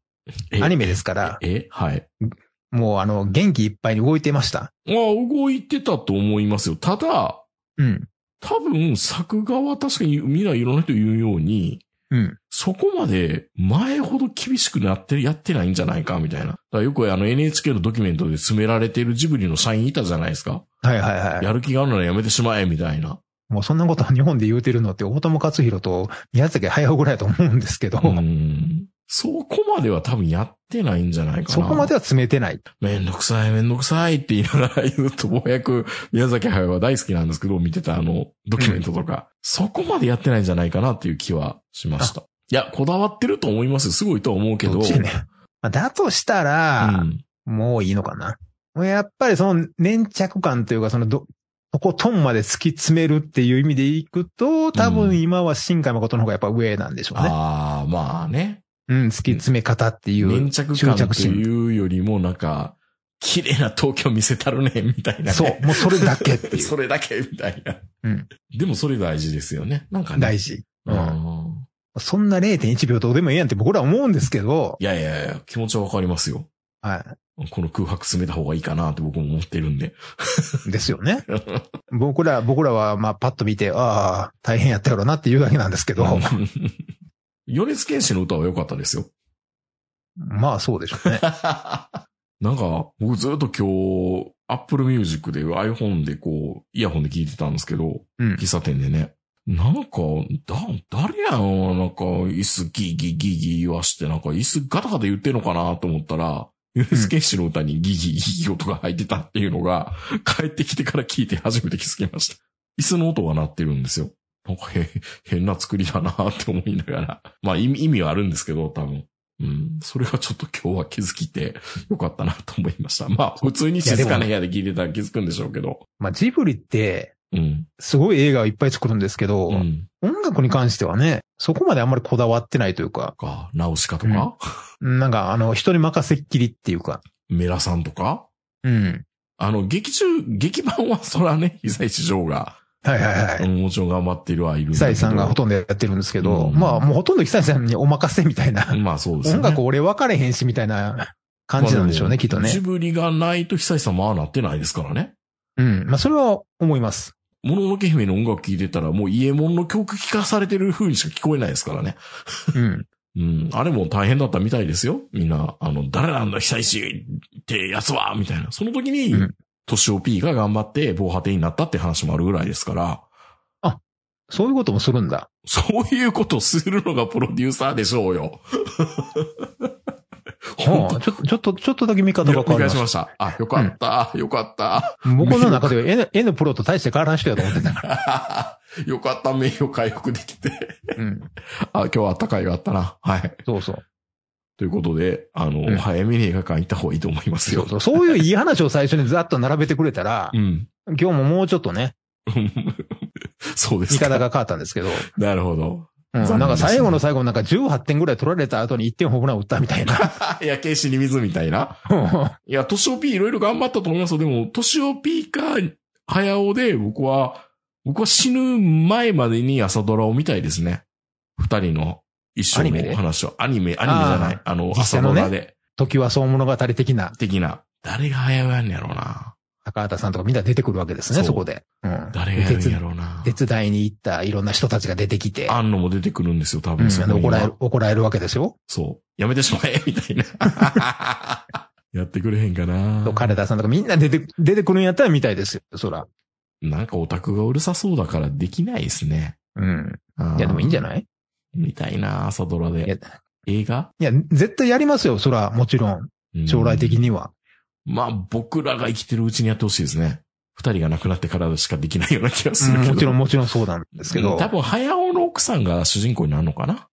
B: え
C: アニメですから、
B: えはい。
C: もうあの、元気いっぱいに動いてました。
B: まあ、動いてたと思いますよ。ただ、
C: うん。
B: 多分、作画は確かに、みんないろんな人言うように、
C: うん。
B: そこまで前ほど厳しくなってやってないんじゃないか、みたいな。だからよくあの NHK のドキュメントで詰められてるジブリの社員いたじゃないですか。
C: はいはいはい。
B: やる気があるならやめてしまえ、みたいな。
C: もうそんなこと日本で言うてるのって、大友克洋と宮崎駿ぐらいだと思うんですけど、
B: うん。そこまでは多分やってないんじゃないかな。
C: そこまでは詰めてない。
B: めんどくさい、めんどくさいって言いながら、ずっとぼやく、宮崎駿は大好きなんですけど、見てたあの、ドキュメントとか、そこまでやってないんじゃないかなっていう気はしました。いや、こだわってると思いますよ。すごいとは思うけど。
C: っちやねん (laughs) まあだとしたら、
B: うん
C: もういいのかな。もうやっぱりその粘着感というか、そのど、とことんまで突き詰めるっていう意味でいくと、多分今は新海誠の方がやっぱ上なんでしょうね。
B: ああ、まあね。
C: うん、突き詰め方っていう。
B: 粘着
C: 執
B: 感
C: 着
B: と
C: 心
B: いうよりも、なんか、綺麗な東京見せたるね、みたいな、ね。
C: そう、もうそれだけってい
B: (laughs)
C: う。
B: それだけ、みたいな。
C: うん
B: でもそれ大事ですよね。なんかね。
C: 大事。
B: うん。
C: そんな0.1秒どうでもいいやんって僕らは思うんですけど、
B: いやいやいや、気持ちはわかりますよ。
C: は
B: この空白詰めた方がいいかなって僕も思ってるんで。
C: い。ですよ
B: (laughs)
C: ね。僕ら、僕らはまあパッと見て、ああ、大変やったやろなっていうだけなんですけど、
B: (laughs) 米津玄師の歌は良かったです
C: (laughs)
B: よ。
C: まあそうでしょうね。
B: なんか、僕ずっと今日、Apple Music で iPhone でこう、イヤホンで聞いてたんですけど、
C: うん。
B: 喫茶店でね。なんか、だ、誰やん、なんか、椅子ギーギーギーギー言わして、なんか椅子ガタガタ言ってんのかなと思ったら、ユネスケンシの歌にギーギーギーギー音が入ってたっていうのが、帰ってきてから聞いて初めて気づきました。椅子の音が鳴ってるんですよ。なんかへ、変な作りだなって思いながら。まあ意味、意味はあるんですけど、多分。うん。それがちょっと今日は気づきてよかったなと思いました。まあ、普通に静かな部屋で聞いてたら気づくんでしょうけど。
C: まあ、ジブリって、
B: うん。
C: すごい映画をいっぱい作るんですけど、
B: うん。
C: 音楽に関してはね、そこまであんまりこだわってないというか、
B: か、ナウシカとか、
C: なんかあの、人に任せっきりっていうか、
B: メラさんとか。
C: うん。
B: あの、劇中、劇版はそらね、 (laughs) 久石譲が、
C: はいはいはい。
B: うんもちろん頑張っているはいるんだけど。
C: 久石さんがほとんどやってるんですけ
B: う
C: ど、
B: ん
C: まあもうほとんど久石さんにお任せみたいな、
B: まあそうですよ
C: 音
B: ね。
C: 楽俺分かれへんしみたいな感じなんでしょうね、
B: まあ
C: きっとね
B: ジ。ブリがないと久石さんもああなってないですからね。
C: うん。まあそれは思います。
B: もののけ姫の音楽聴いてたらもう家門の曲聴かされてる風にしか聞こえないですからね。
C: うん。
B: うん。あれも大変だったみたいですよ。みんな、あの、誰なんだ、久石ってやつはみたいな。その時に
C: うん、
B: としお P が頑張って防波堤になったって話もあるぐらいですから、
C: そういうこともするんだ。
B: そういうことするのがプロデューサーでしょう
C: (laughs)
B: よ。本当
C: ああちょっと、ちょっと、ちょっとだけ見方が変わりま
B: し
C: し
B: ました。あ、よかった、よかった。 (laughs)
C: た。僕の中では N, N プロと大して変わらん人やと思ってたか
B: よかった、名誉回復できて。
C: ら。うん。
B: あ、今日はあったかいがあったな。はい。
C: そうそう。
B: ということで、あの、
C: うん
B: 早めに映画館行った方がいいと思います
C: そ
B: よ
C: う。そう。そういういい話を最初にざっと並べてくれたら
B: う、ん。
C: 今日ももうちょっとね、
B: (laughs) そうで
C: 見
B: す
C: 方
B: か。
C: が変わったんですけど、
B: なるほど。 (laughs)
C: うん、
B: 残念ですね
C: なんか最後の最後なんか18点ぐらい取られた後に1点ホームラン打ったみたいな。 (laughs)
B: 焼け石に水みたいな。いや、としお P いろいろ頑張ったと思いますよ。でも、としお P か、早尾で僕は、僕は死ぬ前までに朝ドラを見たいですね。二人の一生
C: アニメ
B: の
C: で
B: お話を。アニメ、アニメじゃない。あの、
C: 実
B: 朝
C: 写
B: ド
C: のね
B: ラで、
C: 時はそう物語的な
B: 的な。誰が早尾やんねやろうな。
C: 高畑さんとかみんな出てくるわけですね、
B: そう
C: そこで。うん。
B: 誰がやるんやろうな。
C: 手伝いに行ったいろんな人たちが出てきて、
B: あんのも出てくるんですよ、多
C: う
B: 分そ
C: ん、
B: こに
C: 怒
B: は
C: られる、怒られるわけですよ。
B: そう。やめてしまえ、 (laughs) み
C: (laughs)
B: たいな。やってくれへんかな。
C: 金田さんとかみんな出て、出てくるんやったら見たいですよ、そら。
B: なんかオタクがうるさそうだからできないですね。
C: うん。
B: あー
C: いや、でもいいんじゃない
B: みたいな、朝ドラ
C: いや
B: で。映画
C: いや、絶対やりますよ、そら、もちろん。
B: うん
C: 将来的には。
B: まあ、僕らが生きてるうちにやってほしいですね。二人が亡くなってからしかできないような気がする
C: うん
B: けど。
C: もちろん、
B: で
C: もちろんそうなんですけど
B: 多、分、早尾の奥さんが主人公になるのかな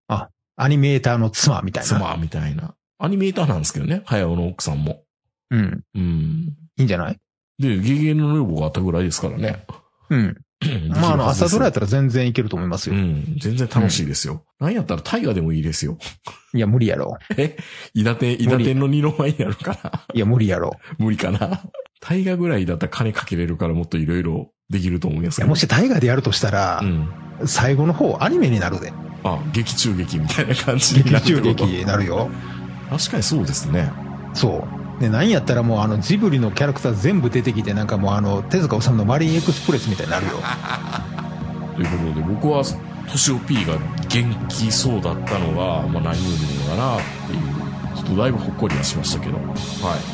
C: アニメーターの妻みたいな。
B: 妻みたいな。アニメーターなんですけどね、早尾の奥さんも。
C: うん。
B: うん。
C: いいんじゃない
B: で、ゲゲの女房があったぐらいですからね。
C: うん。まあ、あの、朝ドラやっ
B: と。
C: たら全然いけると思います
B: う
C: よ。
B: ん、全然楽しいですよ。なんやったら大河でもいいですよ。
C: いや、無理やろ。
B: 伊達、伊達の二の舞になるから、
C: いや、無理やろ。
B: 無理かな。大河ぐらいだったら金かけれるからもっといろいろできると思います
C: い
B: け
C: や、
B: ど。
C: もし大河でやるとしたら
B: う、ん。
C: 最後の方、アニメになるで。
B: あ、劇中劇みたいな感じにな
C: 劇
B: るって
C: 中
B: こと
C: 劇になるよ。
B: 確かにそうですね。
C: そう。で、なんやったらもう、あの、ジブリのキャラクター全部出てきて、なんかもう、あの、手塚治虫のマリンエクスプレスみたいになるよ。
B: ということで、僕は、としお P が元気そうだったのが、まあ何よりもだなっていう、ちょっとだいぶほっこりはしましたけど。はい。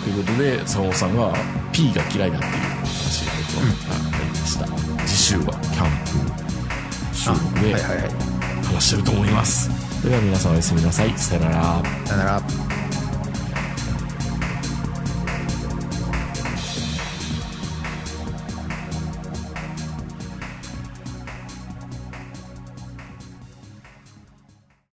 B: ということで、佐野さんが P が嫌いだっていう話がありました。次週はキャンプ収録
C: はい
B: で
C: はいはい。
B: 話してると思います。では皆さんおやすみなさい。さよなら。
C: さよなら。